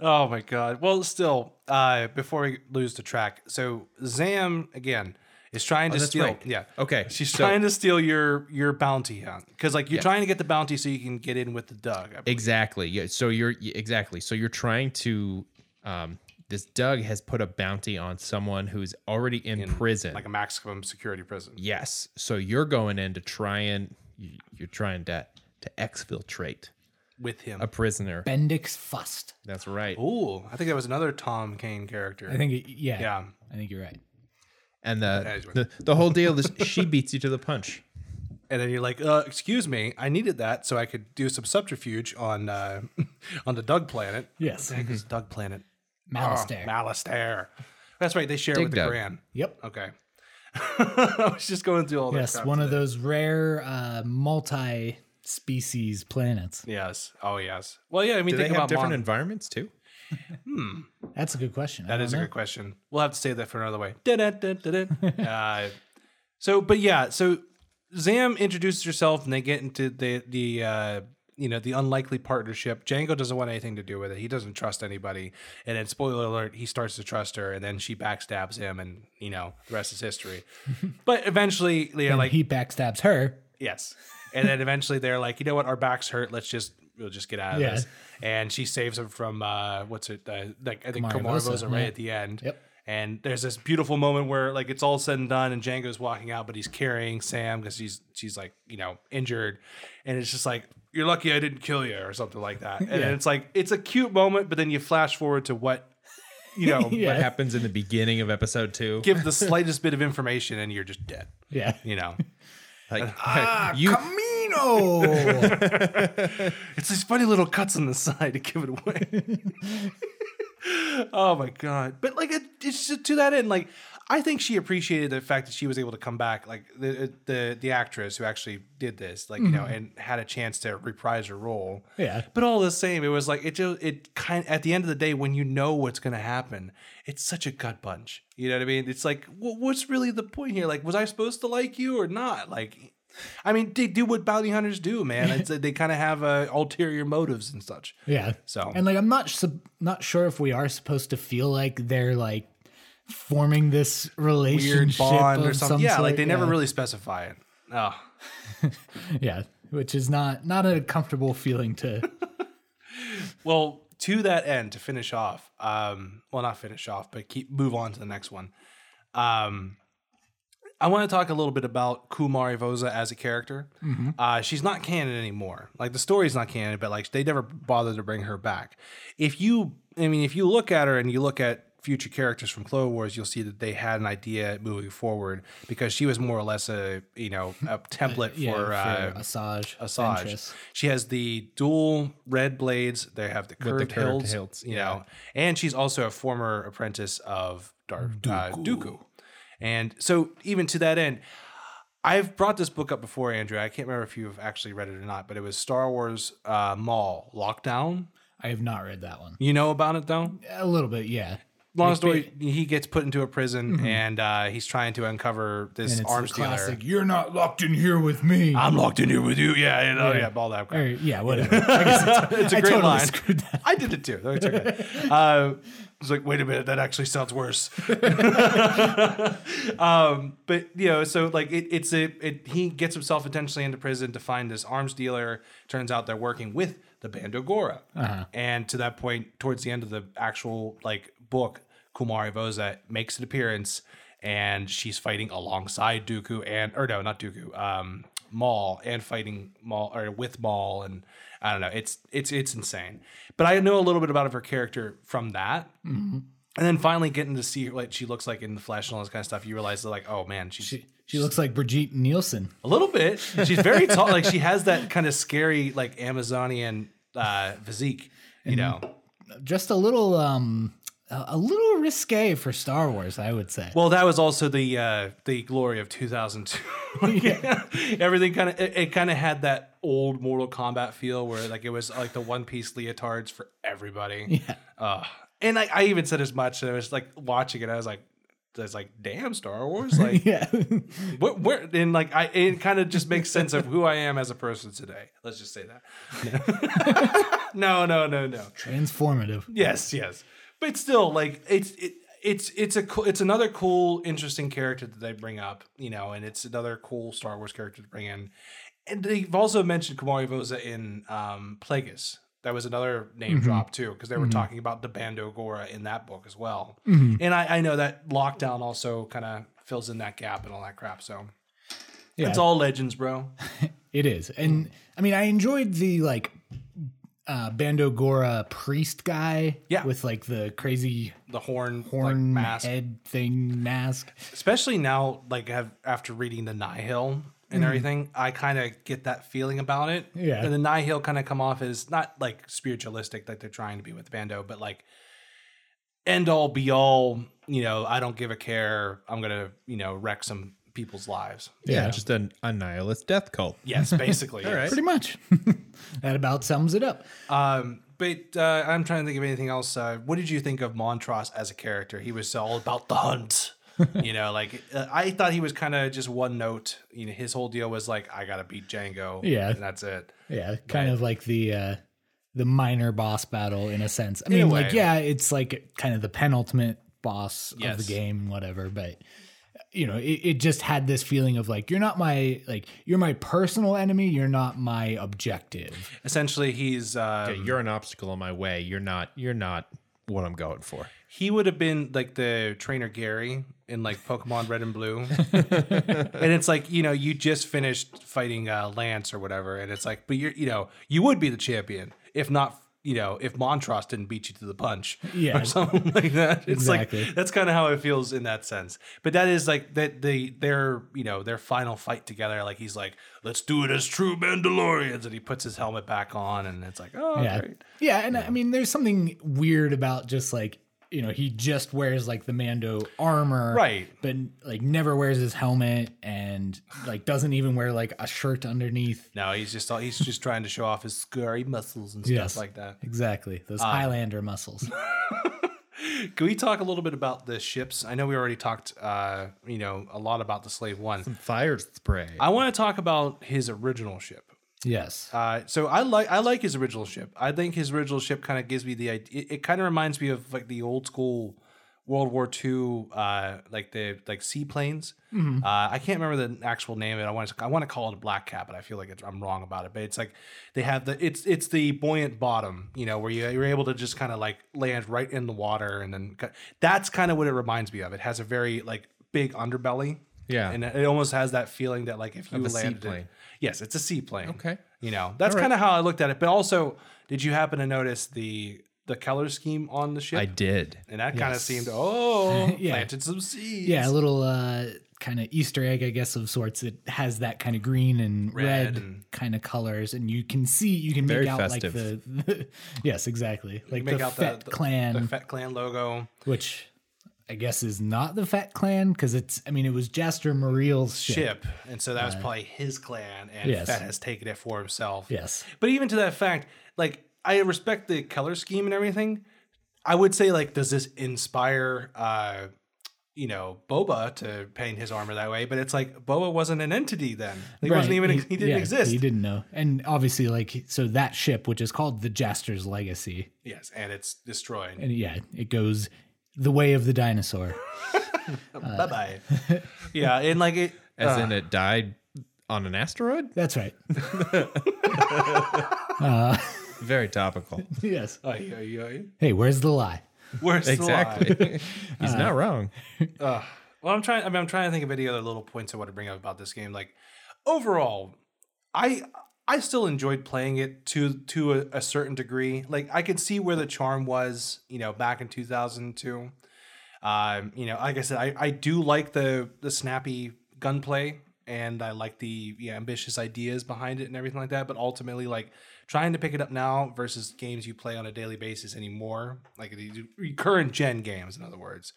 Oh my god! Well, still, uh, before we lose the track, so Zam again is trying to
that's
steal.
right.
Yeah.
Okay,
She's
so-
trying to steal your your bounty hunt because like you're trying to get the bounty so you can get in with the Doug.
Exactly. Yeah. So you're y- exactly. So you're trying to. Um, this Doug has put a bounty on someone who's already in, prison.
like a maximum security prison.
yes. So you're going in to try and you- you're trying to to exfiltrate
with him.
a prisoner.
Bendix Fust.
That's right.
Ooh, I think that was another Tom Kane character.
I think, it- yeah,
Yeah. Oh,
I think you're right.
And
is
the,
right.
the the whole deal is she beats you to the punch.
and then you're like, uh, "Excuse me, I needed that so I could do some subterfuge on uh, on the Doug planet."
Yes. Mm-hmm.
the heck is Doug planet?
Malastare.
Malastair. That's right. They share with the
Doug.
Gran.
yep.
Okay. I was just going through all that.
Yes,
crap
one of
today.
those rare uh, multi species planets.
Yes. Oh, yes. Well, yeah. I mean,
Do they
think
have
about
different
Mon-
environments too?
That's a good question.
That is a good question. Uh-huh. We'll have to save that for another way. Da-da-da-da-da. uh, so, but yeah, so Zam introduces herself, and they get into the the uh, you know the unlikely partnership. Django doesn't want anything to do with it. He doesn't trust anybody, and then spoiler alert, he starts to trust her, and then she backstabs him, and you know the rest is history. but eventually, you know,
Like
like
he backstabs her.
Yes. And then eventually they're like, you know what, our backs hurt. Let's just we'll just get out of
Yeah.
this. And she saves him from uh, what's it? Uh, like I think
Kamara
Camarvo's
Vosa,
right
yeah.
at the end.
Yep.
And there's this beautiful moment where like it's all said and done, and Django's walking out, but he's carrying Sam because she's she's like you know injured, and it's just like you're lucky I didn't kill you or something like that. And it's like it's a cute moment, but then you flash forward to what you know
Yeah.
What happens in the beginning of episode two?
give the slightest bit of information, and you're just dead.
Yeah.
You know,
Like
ah,
you
Camino!
It's these funny little cuts on the side to give it away. oh my god! But like, it, it's just to that end. Like, I think she appreciated the fact that she was able to come back. Like the uh, the the actress who actually did this, like you know, and had a chance to reprise her role.
Yeah.
But all the same, it was like it just it kind at the end of the day when you know what's going to happen, it's such a gut punch. You know what I mean? It's like wha- what's really the point here? Like, was I supposed to like you or not? Like, I mean, they do what bounty hunters do, man. It's that they kind of have uh, ulterior motives and such.
yeah.
So-
and like I'm not sub- not sure if we are supposed to feel like they're like forming this relationship
Weird bond or
of
something.
some
yeah, like
sort,
they never
yeah.
really specify it. Oh,
Yeah, which is not not a comfortable feeling to.
Well, to that end, to finish off, um, well, not finish off, but keep move on to the next one. Um, I want to talk a little bit about Kumari Voza as a character. Uh, she's not canon anymore. Like the story's not canon, but like they never bothered to bring her back. If you, I mean, if you look at her and you look at future characters from Clone Wars, you'll see that they had an idea moving forward because she was more or less a you know a template
yeah,
for, uh,
Asajj,
Asajj.
Ventress.
She has the dual red blades. They have the curved,
curved
hilts,
hilts,
you know, and she's also a former apprentice of Darth Dooku. Uh, Dooku. And so, even to that end, I've brought this book up before, Andrew. I can't remember if you've actually read it or not, but it was Star Wars uh, Mall Lockdown.
I have not read that one.
You know about it though?
A little bit, yeah.
Long story. He gets put into a prison, and uh, he's trying to uncover this
And it's
arms
the
dealer.
classic. You're not locked in here with me.
I'm locked in here with you. Yeah, yeah, yeah, yeah all that crap.
Or, yeah, whatever. I guess it's,
It's a
I
great
totally
line.
screwed that.
I did it too. That's okay. uh, it's like, wait a minute, that actually sounds worse. um, but you know, so like it, it's a it, he gets himself intentionally into prison to find this arms dealer. Turns out they're working with the Bandogora, and to that point, towards the end of the actual like book, Kumari Voza makes an appearance, and she's fighting alongside Dooku and or no, not Dooku. Um, Maul and fighting Maul or with Maul and I don't know it's it's it's insane, but I know a little bit about her character from that and then finally getting to see what she looks like in the flesh and all this kind of stuff, you realize that like, oh man, she's
She, she looks like Brigitte Nielsen.
a little bit. She's very tall. Like she has that kind of scary like Amazonian uh, physique, you know.
Just a little, um, a a little risque for Star Wars, I would say.
Well, that was also the uh, the glory of 2002. Everything kind of it, it kind of had that old Mortal Kombat feel where like it was like the one piece leotards for everybody.
Yeah.
Uh, and I, I even said as much. And I was like watching it. I was like, I was like, damn, Star Wars. Like
yeah.
where, where and like I it kind of just makes sense of who I am as a person today. Let's just say that. No, no, no, no.
Transformative.
Yes, yes. But still, like it's it, it's it's a cool, it's another cool, interesting character that they bring up, you know, and it's another cool Star Wars character to bring in. And they've also mentioned Kumari Voza in um, Plagueis. That was another name
Mm-hmm.
drop too, because they were talking about the Bando Gora in that book as well.
Mm-hmm.
And I, I know that lockdown also kind of fills in that gap and all that crap. So
Yeah.
it's all legends, bro.
It is.
Hmm.
And I mean, I enjoyed the like uh Bandogora priest guy
Yeah.
with like the crazy
The horn,
horn
like, mask.
head thing mask.
especially now like have, after reading the nihil and everything i kind of get that feeling about it
Mm. Yeah.
and the nihil kind of come off as not like spiritualistic like they're trying to be with bando but like end all be all you know i don't give a care i'm gonna you know wreck some people's lives
Yeah,
Yeah.
just an, a nihilist death cult.
yes basically yes.
right.
Pretty much. that about sums it up.
um but uh, i'm trying to think of anything else uh, what did you think of montross as a character he was all about the hunt you know like uh, i thought he was kind of just one note you know his whole deal was like i gotta beat django
Yeah.
and that's it
Yeah, kind of like the uh the minor boss battle in a sense. I mean,
a
like
way.
yeah, it's like kind of the penultimate boss of
Yes.
the game and whatever, but you know, it, it just had this feeling of like you're not my like you're my personal enemy, you're not my objective.
essentially he's uh
Yeah, you're an obstacle in my way. You're not. You're not what I'm going for.
he would have been like the trainer gary in like pokemon red and blue and it's like you know you just finished fighting uh, lance or whatever and it's like but you're you know you would be the champion if not you know if montross didn't beat you to the punch
Yeah.
or something like that it's
Exactly.
like that's kind of how it feels in that sense but that is like that they their you know their final fight together like he's like let's do it as true mandalorians and he puts his helmet back on and it's like oh
yeah.
great
Yeah, and uh, I mean, there's something weird about just like you know he just wears like the Mando armor,
Right.
But like never wears his helmet and like doesn't even wear like a shirt underneath.
No, he's just all, he's just trying to show off his scary muscles and stuff
Yes.
like that.
Exactly, those
Ah.
Highlander muscles.
Can we talk a little bit about the ships? I know we already talked, uh, you know, a lot about the Slave One.
Fire spray.
I want to talk about his original ship.
yes,
Uh, so I like I like his original ship. I think his original ship kind of gives me the idea. It, it kind of reminds me of like the old school World War II, uh, like the like seaplanes.
Mm-hmm.
Uh, I can't remember the actual name of it. I want to I want to call it a black cat, but I feel like it's, I'm wrong about it. But it's like they have the it's it's the buoyant bottom, you know, where you you're able to just kind of like land right in the water, and then cut- that's kind of what it reminds me of. It has a very like big underbelly.
Yeah.
and it almost has that feeling that like if you
Of a
landed,
seaplane.
it, yes, it's a seaplane.
Okay.
you know that's kind of how I looked at it. But also, did you happen to notice the the color scheme on the ship?
I did.
and that kind of seemed oh
Yeah.
planted some seeds.
Yeah, a little uh, kind of Easter egg, I guess, of sorts. It has that kind of green and red,
and-
kind of colors, and you can see, you can
Very
make out
festive.
like the, yes, exactly, like
make
the
out the-
Fett
the-
Clan,
the Fett Clan logo.
which I guess is not the Fett Clan because it's. I mean, it was Jaster Muriel's ship.
Chip, and so that was probably his clan, and
Uh, Yes.
Fett has taken it for himself.
Yes,
But even to that fact, like I respect the color scheme and everything. I would say like, does this inspire, uh, you know, Boba to paint his armor that way? But it's like Boba wasn't an entity then; he wasn't
Right,
even he, didn't
yeah,
exist.
He didn't know, and obviously, like so that ship, which is called the Jaster's Legacy,
Yes, and it's destroyed.
and yeah, it goes the way of the dinosaur.
bye bye. yeah, and like it.
As in it died on an asteroid?
That's right.
Very topical.
yes.
Ay, ay, ay.
Hey, where's the lie?
Where's the lie? Ah.
exactly. He's not wrong.
Well, I'm trying. I mean, I'm trying to think of any other little points I want to bring up about this game. Like overall, I I still enjoyed playing it to to a, a certain degree. Like I could see where the charm was, you know, back in 2002. Um, you know, like I said, I, I do like the the snappy gunplay and I like the yeah, ambitious ideas behind it and everything like that. But ultimately, like trying to pick it up now versus games you play on a daily basis anymore, like the the current gen games, in other words,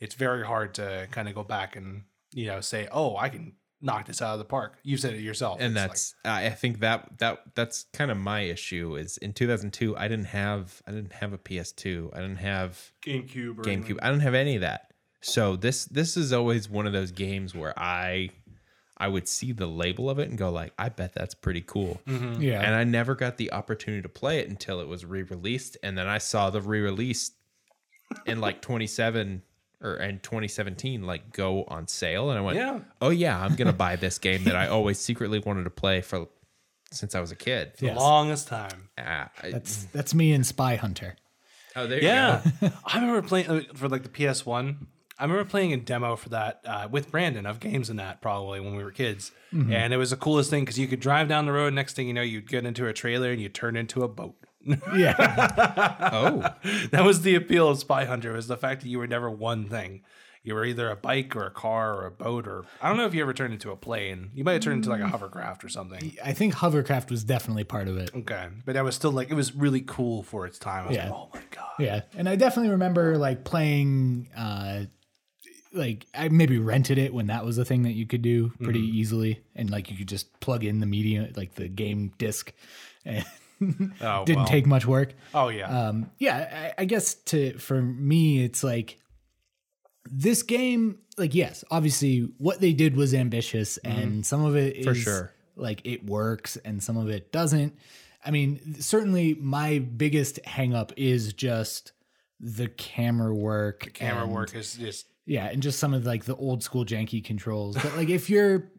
it's very hard to kind of go back and you know say, oh, I can knock this out of the park. You said it yourself,
And
It's like-
that's I I think that that that's kind of my issue is in 2002 I didn't have I didn't have a PS2. I didn't have
GameCube. Or
GameCube. I don't have any of that. So this this is always one of those games where I I would see the label of it and go like, I bet that's pretty cool.
Hmm.
Yeah.
And I never got the opportunity to play it until it was re-released, and then I saw the re-release in like 27 or in 2017 like go on sale, and I went,
Yeah.
oh yeah, I'm gonna buy this game that I always secretly wanted to play for since I was a kid.
The longest time.
Ah, I-
That's that's me and Spy Hunter.
oh, there
Yeah,
you
I remember playing uh, for like the PS One. I remember playing a demo for that uh, with Brandon of games and that probably when we were kids,
Mm-hmm.
and it was the coolest thing because you could drive down the road. Next thing you know, you'd get into a trailer and you turn into a boat.
Yeah.
go. Oh,
that was the appeal of Spy Hunter was the fact that you were never one thing. You were either a bike or a car or a boat or I don't know if you ever turned into a plane. You might have turned into
Mm.
like a hovercraft or something.
I think hovercraft was definitely part of it.
Okay, but that was still like it was really cool for its time. I was
Yeah.
like, oh my god.
Yeah. And I definitely remember like playing uh like I maybe rented it when that was a thing that you could do pretty easily and like you could just plug in the media like the game disc and
Oh,
didn't
well.
take much work.
Oh yeah.
um yeah I, I guess to for me it's like this game like yes obviously what they did was ambitious and some of it is
Mm-hmm. For sure.
like it works and some of it doesn't i mean certainly my biggest hang up is just the camera work
Camera
and-
work is just
yeah and just some of like the old school janky controls but like if you're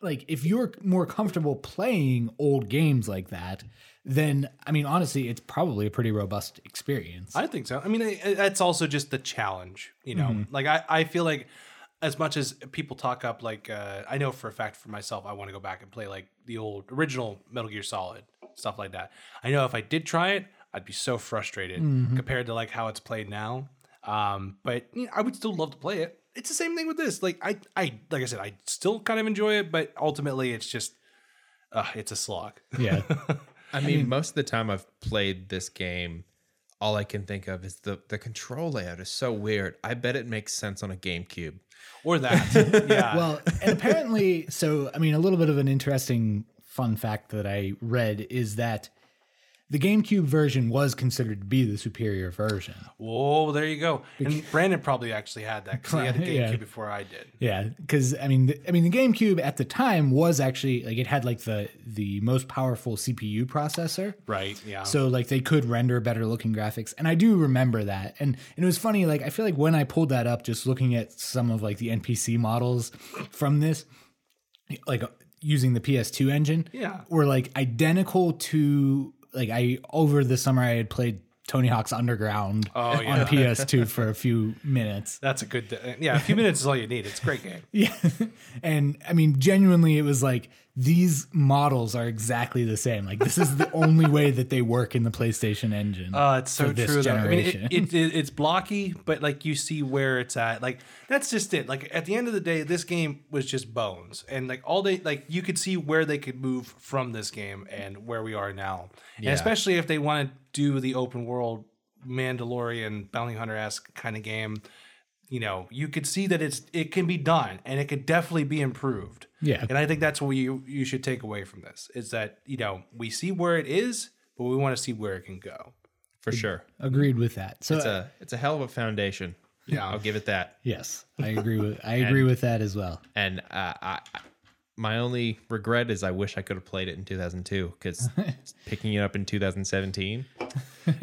like if you're more comfortable playing old games like that then i mean honestly it's probably a pretty robust experience
I think so. I mean, I- I- that's also just the challenge, you know. Like I, I feel like as much as people talk up, like uh, I know for a fact for myself, I want to go back and play like the old original Metal Gear Solid stuff like that. I know if I did try it, I'd be so frustrated compared to like how it's played now. Um, but you know, I would still love to play it. It's the same thing with this. Like I, I like I said, I still kind of enjoy it, but ultimately, it's just uh, it's a slog.
yeah
I mean, most of the time I've played this game, all I can think of is the the control layout is so weird. I bet it makes sense on a GameCube.
Or that, yeah.
well and apparently so i mean a little bit of an interesting fun fact that i read is that the gamecube version was considered to be the superior version
Whoa, there you go. And Brandon probably actually had that because he had a GameCube
Yeah.
before I did.
Yeah, because I mean, the, I mean, the GameCube at the time was actually like it had like the the most powerful CPU processor,
Right. Yeah.
so like they could render better looking graphics, and I do remember that. And and it was funny, like I feel like when I pulled that up, just looking at some of like the NPC models from this, like using the PS2 engine,
Yeah.
were like identical to like I over the summer I had played Tony Hawk's Underground
Oh, yeah.
on PS2 for a few minutes.
That's a good. uh, Yeah, a few minutes is all you need. It's a great game.
Yeah. And I mean, genuinely, it was like these models are exactly the same. Like, this is the only way that they work in the PlayStation engine.
Uh, it's so
for this
true. Though. I mean,
generation.
it, it, it, it's blocky, but like you see where it's at. Like that's just it. Like at the end of the day, this game was just bones, and like all they like you could see where they could move from this game and where we are now, and especially if they want to do the open world Mandalorian bounty hunter esque kind of game. You know, you could see that it's it can be done, and it could definitely be improved.
Yeah.
And I think that's what you you should take away from this is that you know we see where it is, but we want to see where it can go.
for sure.
Agreed with that. So,
It's a it's a hell of a foundation. Yeah, I'll give it that.
yes, I agree with I agree with that as well.
And uh, I, I- my only regret is I wish I could have played it in 2002 because picking it up in 2017,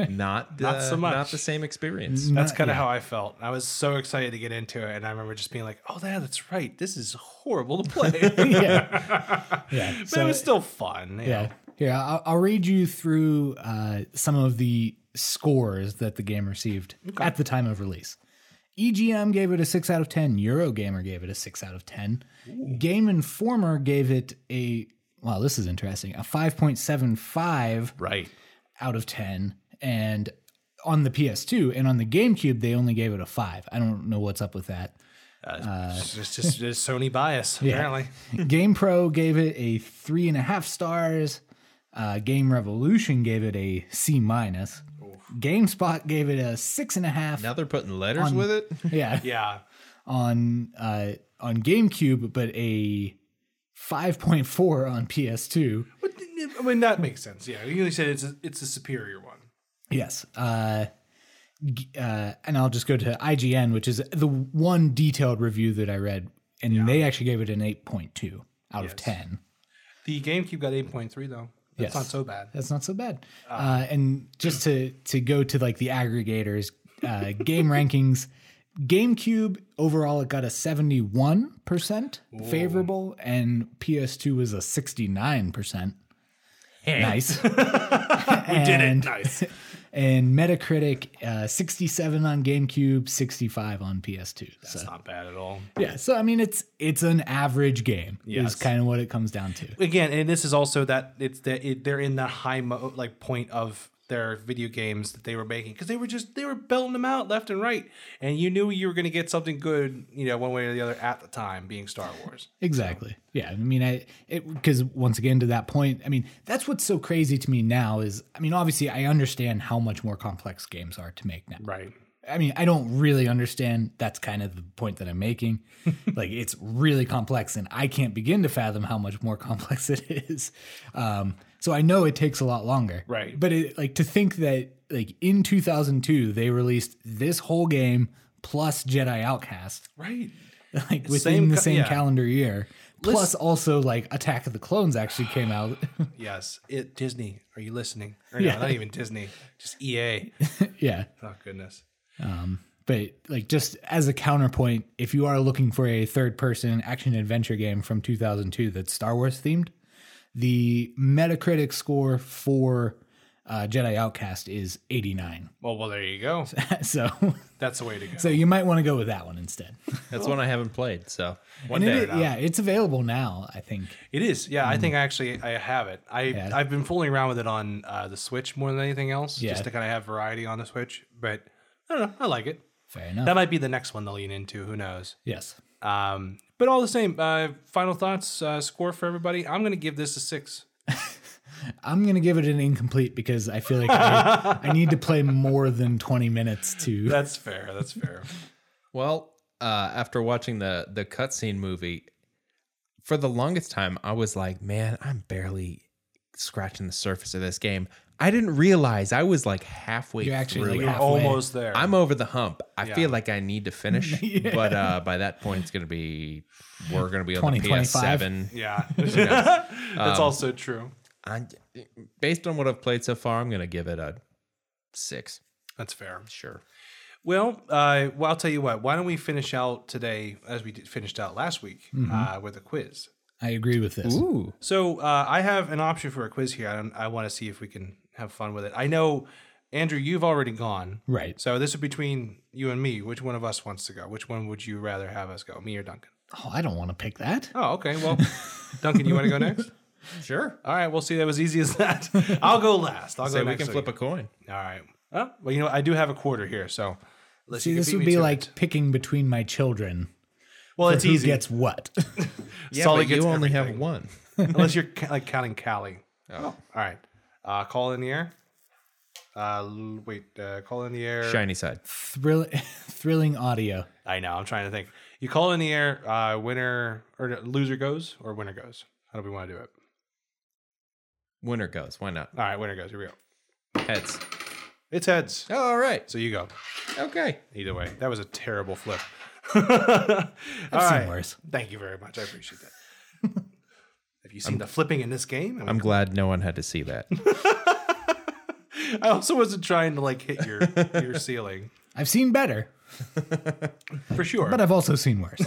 not the,
Not so
not
much.
the same experience.
That's
Not-
kind of
yeah.
how I felt. I was so excited to get into it, and I remember just being like, "Oh, yeah, that's right. This is horrible to play," but
yeah. Yeah.
it
So,
was still fun.
yeah.
yeah,
Here, I'll, I'll read you through uh, some of the scores that the game received at the time of release. EGM gave it a 6 out of 10. Eurogamer gave it a 6 out of 10. Game Informer gave it a, wow, this is interesting, a 5.75
right.
out of 10. And on the PS2 and on the GameCube, they only gave it a 5. I don't know what's up with that. Uh,
it's just, just, just Sony bias, apparently.
Game Pro gave it a three and a half stars. Uh, Game Revolution gave it a C minus. GameSpot gave it a six and a half.
Now they're putting letters with it.
Yeah,
Yeah,
on uh, on GameCube, but a five point four on PS2.
but I mean that makes sense. Yeah, you said it's a, it's a superior one.
Yes. Uh, g- uh, and I'll just go to IGN, which is the one detailed review that I read, and they actually gave it an eight point two out of ten.
The GameCube got eight point three though. That's
Yes.
not so bad.
that's not so bad. Uh, and just to to go to like the aggregators, uh, game rankings, GameCube overall it got a seventy one percent favorable, and PS2 was a sixty nine percent. Nice. we did it.
Nice.
And Metacritic, uh, 67 on GameCube, 65 on PS2. So
It's not bad at all.
yeah, so I mean, it's it's an average game.
Yes.
Is kind of what it comes down to.
again, and this is also that it's that it, they're in that high mo- like point of their video games that they were making because they were just they were belting them out left and right, and you knew you were going to get something good, you know, one way or the other at the time, being Star Wars.
Exactly. Yeah. I mean, I it because once again to that point, I mean, that's what's so crazy to me now is, I mean, obviously I understand how much more complex games are to make now.
Right.
I mean, I don't really understand. That's kind of the point that I'm making. like, it's really complex, and I can't begin to fathom how much more complex it is. Um, so I know it takes a lot longer.
Right.
But it, like to think that like in 2002 they released this whole game plus Jedi Outcast
Right.
like within
same
the
co-
same
yeah.
calendar year. Plus, also like Attack of the Clones actually came out.
Yes. It Disney. Are you listening? Or no,
Yeah.
not even Disney. Just EA.
yeah,
oh goodness.
but like just as a counterpoint, if you are looking for a third-person action adventure game from 2002 that's Star Wars themed, the Metacritic score for uh, Jedi Outcast is 89.
Well, well, there you go.
so,
That's the way to go.
so you might want to go with that one instead.
That's one I haven't played. So one
And
day.
it- yeah, it's available now. I think.
It is. Yeah,
Mm.
I think actually I have it. I I've been fooling around with it on uh, the Switch more than anything else,
Yeah.
just to kind of have variety on the Switch. But I don't know. I like it.
Fair enough.
That might be the next one to lean into. Who knows?
yes.
Um, but all the same, uh, final thoughts, uh, score for everybody. I'm going to give this a six.
I'm gonna give it an incomplete because I feel like I, I need to play more than 20 minutes to.
That's fair. That's fair.
Well, uh, after watching the the cutscene movie, for the longest time, I was like, man, I'm barely scratching the surface of this game. I didn't realize I was like halfway
You're actually,
through
like,
it.
You're
Halfway.
almost there.
I'm over the hump. I
Yeah.
feel like I need to finish, but uh, by that point, it's gonna be we're gonna be on
20,
the PS7.
yeah.
Um,
That's also true.
I, based on what I've played so far, I'm gonna give it a six.
That's fair.
Sure.
Well, uh, well, I'll tell you what. Why don't we finish out today as we did, finished out last week
Mm-hmm.
uh, with a quiz?
I agree with this.
Ooh.
So uh, I have an option for a quiz here. I, don't- I want to see if we can have fun with it. I know Andrew, you've already gone.
Right.
So this is between you and me. Which one of us wants to go? Which one would you rather have us go? Me or Duncan?
Oh, I don't want to pick that.
Oh, okay. Well, Duncan, you want to go next?
Sure.
All right. We'll see. That was easy as that. I'll go last. I'll go
So we
next.
can flip a coin.
All right. Oh, well, you know, I do have a quarter here, so let's
See, this would be like picking between my children.
well, it's
who
easy
gets what?
Yeah,
Sully
but you
gets
only have
everything.
one.
unless you're ca- like counting Cali. Oh. All right. Uh, call in the air. Uh, l- wait. Uh, call in the air.
Shiny side.
Thrill- thrilling audio.
I know. I'm trying to think. You call in the air. Uh, winner or loser goes or winner goes. How do we want to do it?
Winner goes. Why not?
All right. Winner goes. Here we go.
Heads.
It's heads.
All right.
So you go.
Okay.
Either way, that was a terrible flip. All right.
worse.
Thank you very much. I appreciate that. Have you seen the flipping in this game? I,
I'm glad no one had to see that.
mean, I also wasn't trying to like hit your your ceiling
I've seen better,
for sure.
but uh, I've also seen worse.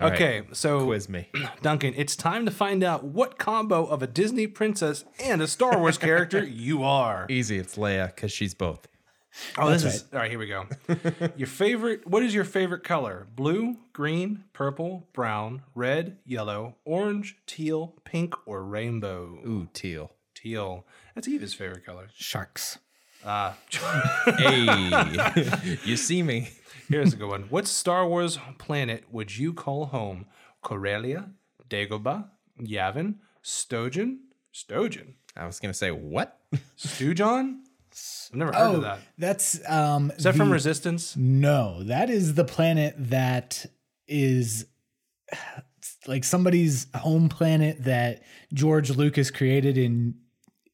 okay, so
Quiz me.
Duncan, it's time to find out what combo of a Disney princess and a Star Wars character you are.
Easy. It's Leia because she's both.
Oh, this is all right. Here we go. your favorite. What is your favorite color? Blue, green, purple, brown, red, yellow, orange, teal, pink, or rainbow?
Ooh, teal.
Teal. That's Eva's favorite color.
Sharks.
Uh,
Hey, you see me?
here's a good one. What Star Wars planet would you call home? Corellia, Dagobah, Yavin, Stojan, Stojan,
I was gonna say what?
Stujon. I've never heard
Oh,
of that. Is
that's um.
that
the-
from Resistance?
no, that is the planet that is like somebody's home planet that George Lucas created in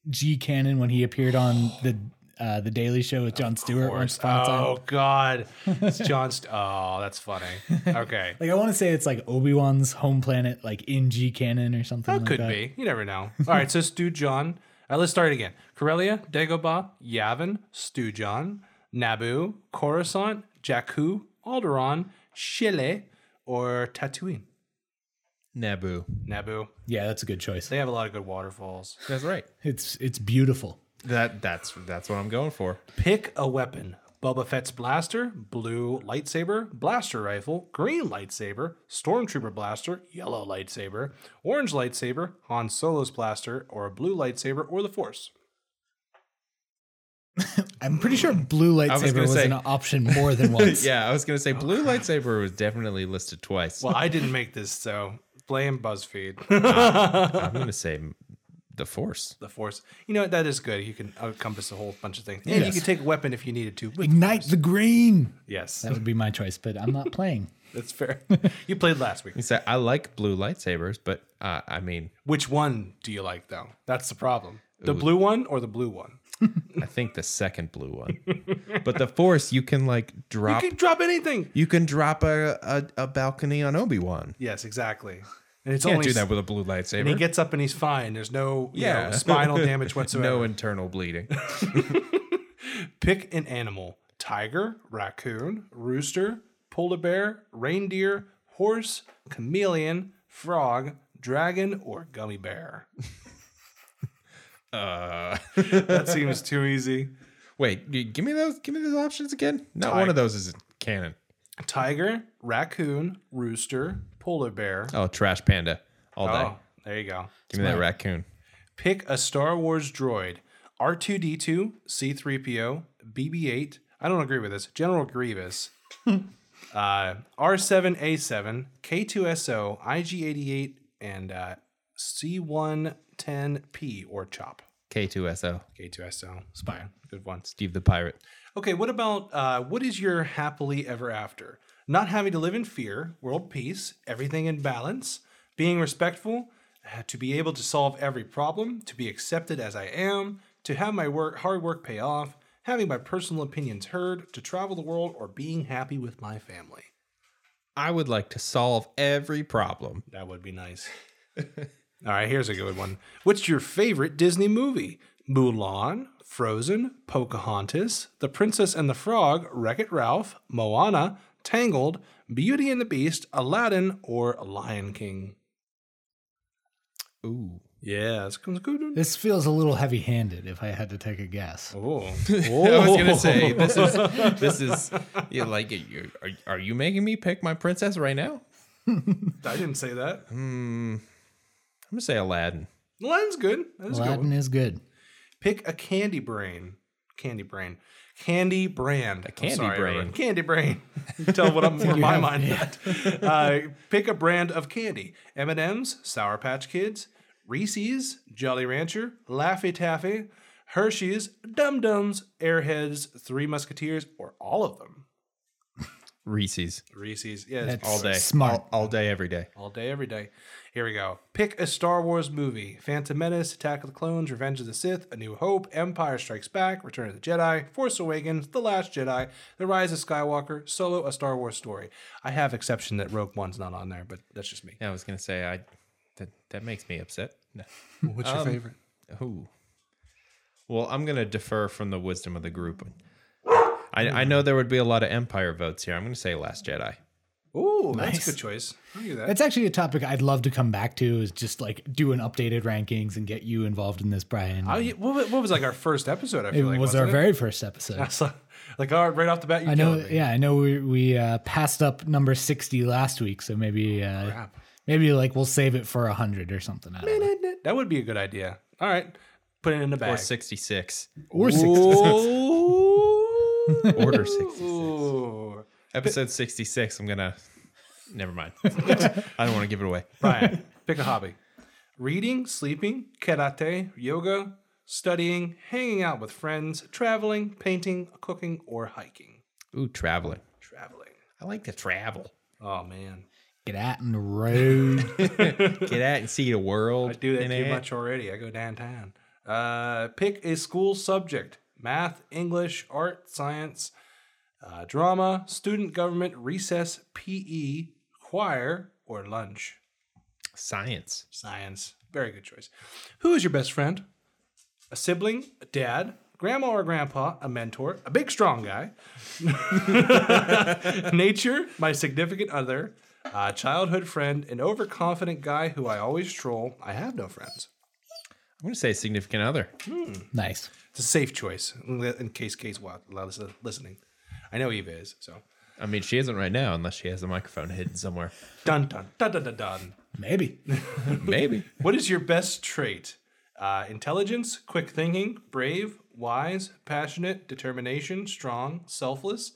G canon when he appeared on the uh, the Daily Show with Jon Stewart once upon a time.
Oh God, it's John. St- oh, that's funny. Okay,
Like I want to say it's like Obi Wan's home planet, like in G canon or something.
that
like
Oh, could
that.
be. You never know. All right, so Stujon. Uh, let's start again. Corellia, Dagobah, Yavin, Stujon, Naboo, Coruscant, Jakku, Alderaan, Chile, or Tatooine.
Naboo.
Naboo.
Yeah, that's a good choice.
They have a lot of good waterfalls.
That's right.
It's it's beautiful.
That that's that's what I'm going for.
Pick a weapon. Boba Fett's blaster, blue lightsaber, blaster rifle, green lightsaber, stormtrooper blaster, yellow lightsaber, orange lightsaber, Han Solo's blaster, or a blue lightsaber, or the Force.
I'm pretty sure blue
was
lightsaber
gonna
was
say-
an option more than once.
Yeah, I was gonna
Oh,
say blue lightsaber was definitely listed twice.
Well, I didn't make this, so blame BuzzFeed.
I'm gonna say the Force.
the Force. You know what? That is good. You can encompass a whole bunch of things. And
Yes.
you can take a weapon if you needed to. With-
Ignite the green.
yes,
That would be my choice, but I'm not playing.
that's fair. you played last week.
You say I like blue lightsabers, but uh, I mean,
Which one do you like, though? That's the problem. The blue one or the blue one?
I think the second blue one. but the Force, you can like drop.
You can drop anything.
You can drop a, a, a balcony on Obi Wan.
Yes, exactly. And it's
Can't
only
do that with a blue lightsaber.
and he gets up and he's fine. There's no you
Yeah.
know, spinal damage
no
whatsoever.
internal bleeding.
Pick an animal: tiger, raccoon, rooster, polar bear, reindeer, horse, chameleon, frog, dragon, or gummy bear.
Uh,
That seems too easy.
wait, g- give me those. Give me those options again. Not one of those is canon.
Tiger, raccoon, rooster, polar bear.
Oh, trash panda all day.
Oh, there you go.
Give me that raccoon.
Pick a Star Wars droid. R2D2, C3PO, BB8. I don't agree with this. General Grievous. uh, R7A7, K2SO, IG88, and uh, C110P or CHOP.
K2SO.
K2SO. Spy. Good one.
Steve the pirate.
Okay, what about uh, what is your happily ever after? Not having to live in fear, world peace, everything in balance, being respectful, uh, to be able to solve every problem, to be accepted as I am, to have my work hard work pay off, having my personal opinions heard, to travel the world, or being happy with my family.
I would like to solve every problem.
That would be nice. All right, here's a good one. What's your favorite Disney movie? Mulan, Frozen, Pocahontas, The Princess and the Frog, Wreck It Ralph, Moana, Tangled, Beauty and the Beast, Aladdin, or Lion King?
Ooh.
Yeah, it's good.
This feels a little heavy-handed, if I had to take a guess.
Oh,
I was gonna say this is this is yeah, like you- are, are you making me pick my princess right now?
I didn't say that.
I'm gonna say Aladdin.
Aladdin's good. That is a good. one.
Aladdin is good.
Pick a candy brain. Candy brain. Candy brand. A
candy brain.
Candy brain. You can Tell what I'm where my
have-
mind went. Uh, pick a brand of candy. M and M's, Sour Patch Kids, Reese's, Jolly Rancher, Laffy Taffy, Hershey's, Dum Dums, Airheads, Three Musketeers, or all of them.
Reese's
Reese's. Yeah, it's
That's
all
all day,
Smart.
all, all day, every day.
all day, every day. Here we go. Pick a Star Wars movie Phantom Menace, Attack of the Clones, Revenge of the Sith, A New Hope, Empire Strikes Back, Return of the Jedi, Force Awakens, The Last Jedi, The Rise of Skywalker, Solo, A Star Wars Story. I have exception that Rogue One's not on there, but that's just me.
Yeah, I was gonna say I that that makes me upset. No.
What's your favorite?
Ooh. Well, I'm gonna defer from the wisdom of the group. I, I know there would be a lot of Empire votes here. I'm gonna say Last Jedi.
Ooh, that's
Nice.
a good choice. I'll do that.
That's actually a topic I'd love to come back to. Is just like do an updated rankings and get you involved in this, Brian.
Oh, yeah, what, wa- what was like our first episode? I
it
feel like
was
wasn't
our
it?
very first episode.
It's like, like, all right, right off the bat, you
I know.
know.
Yeah, I know. We we uh, passed up number sixty last week, so maybe uh,
Oh, Crap.
maybe like we'll save it for hundred or something. I don't know.
That would be a good idea. All right, put it in the
Or
bag.
66.
Or
Ooh.
Order 66.
Ooh.
Episode 66. I'm gonna. Never mind. I don't want to give it away.
Brian, pick a hobby. Reading, sleeping, karate, yoga, studying, hanging out with friends, traveling, painting, cooking, or hiking.
Ooh, traveling.
Traveling.
I like to travel.
Oh man.
Get out in the road.
Get out and see the world.
I do that
and
too much already. I go downtown. Uh, pick a school subject math, English, art, science, uh, drama, student government, recess, PE, choir, or lunch.
Science.
Science. Very good choice. Who is your best friend? A sibling, a dad, grandma or grandpa, a mentor, a big strong guy, nature, my significant other, a childhood friend, an overconfident guy who I always troll. I have no friends.
I'm gonna say significant other.
nice.
It's a safe choice in case Kate's wa- lis- listening. I know Eva is, so.
I mean, she isn't right now unless she has a microphone hidden somewhere.
Dun dun dun dun dun dun.
Maybe.
Maybe.
What is your best trait? Uh, intelligence, quick thinking, brave, wise, passionate, determination, strong, selfless,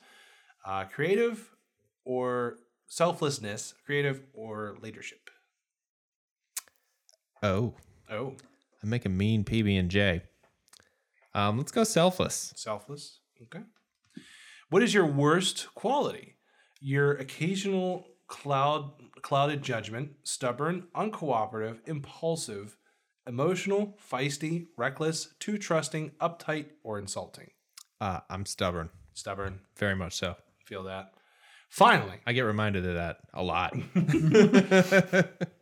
uh, creative, or selflessness, creative, or leadership.
Oh,
Oh,
I make a mean PB and J. Um, let's go selfless.
selfless. Okay. What is your worst quality? Your occasional cloud, clouded judgment, stubborn, uncooperative, impulsive, emotional, feisty, reckless, too trusting, uptight, or insulting.
Uh, I'm stubborn,
Stubborn.
very much so.
Feel that. Finally,
I get reminded of that a lot.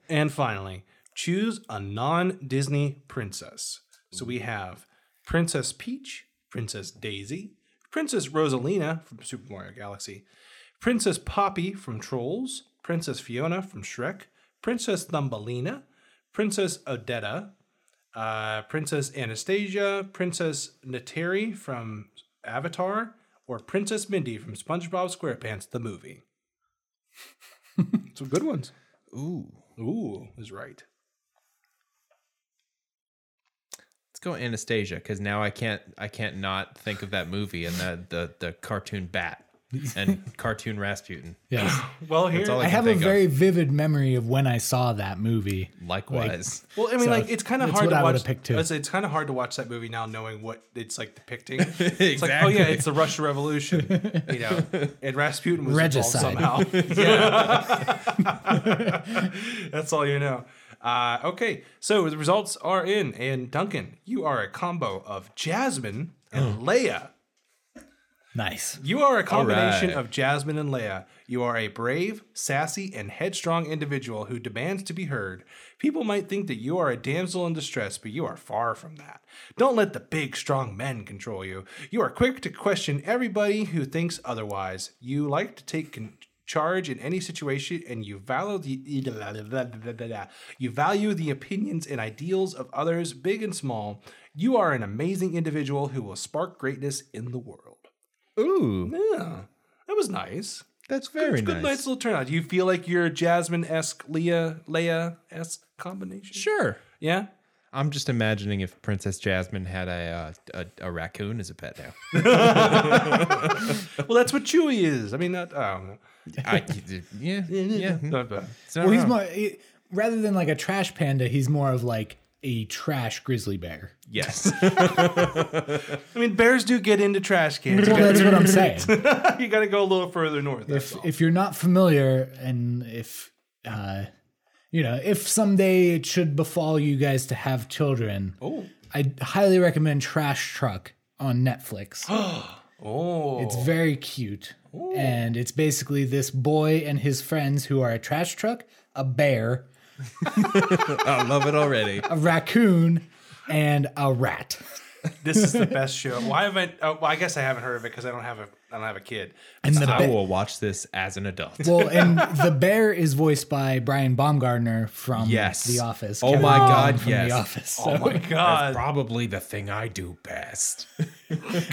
and finally, choose a non Disney princess. So we have Princess Peach, Princess Daisy, Princess Rosalina from Super Mario Galaxy, Princess Poppy from Trolls, Princess Fiona from Shrek, Princess Thumbelina, Princess Odetta, uh, Princess Anastasia, Princess Nateri from Avatar, or Princess Mindy from SpongeBob SquarePants, the movie. Some good ones.
Ooh,
Ooh, is right.
let's go Anastasia because now I can't I can't not think of that movie and the the, the cartoon bat and cartoon Rasputin.
Yes.
Well, here,
all
I
can
have a
think of.
very vivid memory of when I saw that movie.
Likewise,
well, I mean,
so
like it's kind of
that's
hard
what
to
I would've
watch.
picked, too.
I'd say It's kind of hard to watch that movie now, knowing what it's like depicting. It's like, oh yeah,
Exactly.
it's the Russian Revolution, you know, and Rasputin was
Regicide.
involved somehow. Yeah. that's all you know. Uh, okay, so the results are in, and Duncan, you are a combo of Jasmine and Leia.
Nice.
You are a combination
right.
of Jasmine and Leia. You are a brave, sassy, and headstrong individual who demands to be heard. People might think that you are a damsel in distress, but you are far from that. Don't let the big, strong men control you. You are quick to question everybody who thinks otherwise. You like to take con- charge in any situation, and you value the you value the opinions and ideals of others, big and small. You are an amazing individual who will spark greatness in the world.
Ooh,
Yeah, that was nice.
that's very
It's good,
nice.
nice little turnout. Do you feel like you're Jasmine esque, Leah Leia esque combination?
Sure.
Yeah.
I'm just imagining if Princess Jasmine had a uh, a, a raccoon as a pet now.
Well, that's what Chewie is. I mean, not. Oh,
I, yeah, yeah.
Not bad.
It's not
Well, he's
wrong.
more he- rather than like a trash panda, he's more of like a trash grizzly bear.
yes.
I mean, bears do get into trash cans.
Well, that's what I'm saying.
you got to go a little further north. That's
if
all.
if you're not familiar and if uh you know if someday it should befall you guys to have children
Oh.
i highly recommend trash truck on netflix
Oh.
it's very cute and it's basically this boy and his friends who are a trash truck a bear
I love it already.
a raccoon and a rat
this is the best show. Well, I haven't. Oh, well, I guess I haven't heard of it because I don't have a. I don't have a kid.
and the
I
ba-
will watch this as an adult.
well and the bear is voiced by brian baumgartner from
Yes.
the office
Oh
Kevin
my
Baum
God,
from
yes.
the office so-
Oh my
That's
god.
probably the thing I do best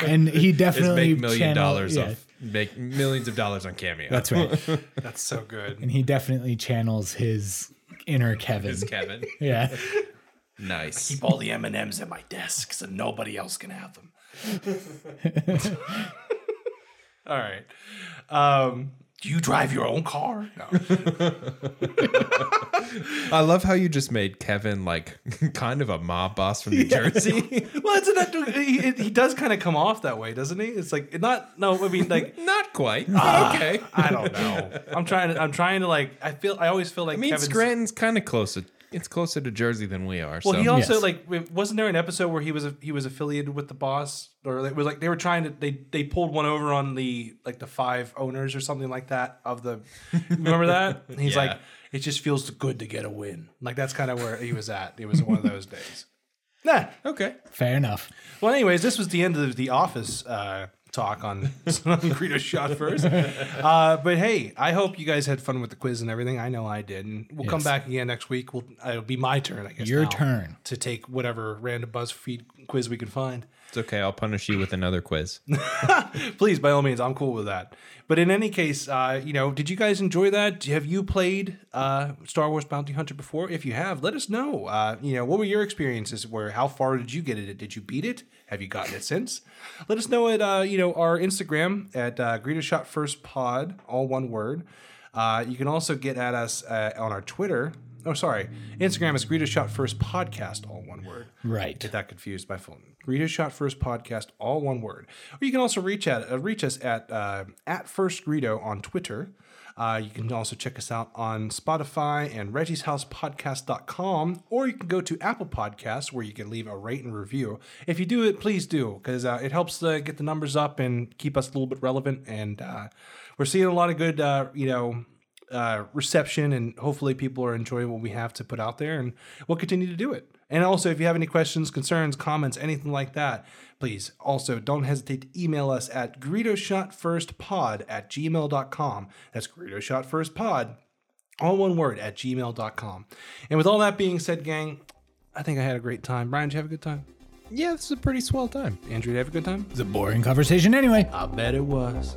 and he
is
definitely
make million
channeled-
dollars
yeah,
off make millions of dollars on cameo.
That's right.
That's so good.
and he definitely channels his inner Kevin.
Kevin.
yeah.
Nice.
Keep all the M and M's at my desk so nobody else can have them. all right. Um, do you drive your own car? No.
I love how you just made Kevin like kind of a mob boss from New Jersey.
Well, it's not, he, he does kind of come off that way, doesn't he? It's like not no. I mean, like
Not quite. but okay.
I don't know. I'm trying to. I'm trying to like. I feel. I always feel like
I mean,
Kevin's.
Scranton's kind of closer. It's closer to Jersey than we are.
well,
so.
he also
Yes.
like wasn't there an episode where he was he was affiliated with the boss or it was like they were trying to they they pulled one over on the like the five owners or something like that of the remember that And he's
Yeah.
like it just feels good to get a win like that's kind of where he was at it was one of those days nah
okay.
Fair enough.
Well, anyways, this was the end of the office uh, talk on Greedo shot first. Uh, but hey, I hope you guys had fun with the quiz and everything. I know I did. And we'll come
Yes.
back again next week. We'll, it'll be my turn, I guess.
Your
now,
turn.
To take whatever random BuzzFeed quiz we can find.
It's okay. I'll punish you with another quiz.
Please, by all means, I'm cool with that. But in any case, uh, you know, did you guys enjoy that? Have you played uh, Star Wars Bounty Hunter before? If you have, let us know. Uh, you know, what were your experiences? Where how far did you get it? Did you beat it? Have you gotten it since? Let us know at uh, you know our Instagram at uh, Greeter Shot First Pod, all one word. Uh, you can also get at us uh, on our Twitter. Oh, sorry, Instagram is Greeter Shot First Podcast, all one word
Right.
get that confused. My phone. Reader shot first podcast, all one word. Or you can also reach at uh, reach us at uh, at first Greedo on Twitter. Uh, you can also check us out on Spotify and Reggie's House Podcast.com, or you can go to Apple Podcasts where you can leave a rate and review. If you do it, please do because uh, it helps uh, get the numbers up and keep us a little bit relevant. And uh, we're seeing a lot of good, uh, you know, uh, reception and hopefully people are enjoying what we have to put out there and we'll continue to do it. And also, if you have any questions, concerns, comments, anything like that, please also don't hesitate to email us at greedoshotfirstpod at gmail.com. That's greedoshotfirstpod, all one word, at gmail.com. And with all that being said, gang, I think I had a great time. Brian, did you have a good time?
yeah, this is a pretty swell time.
Andrew, did you have a good time?
It's a boring conversation anyway.
I bet it was.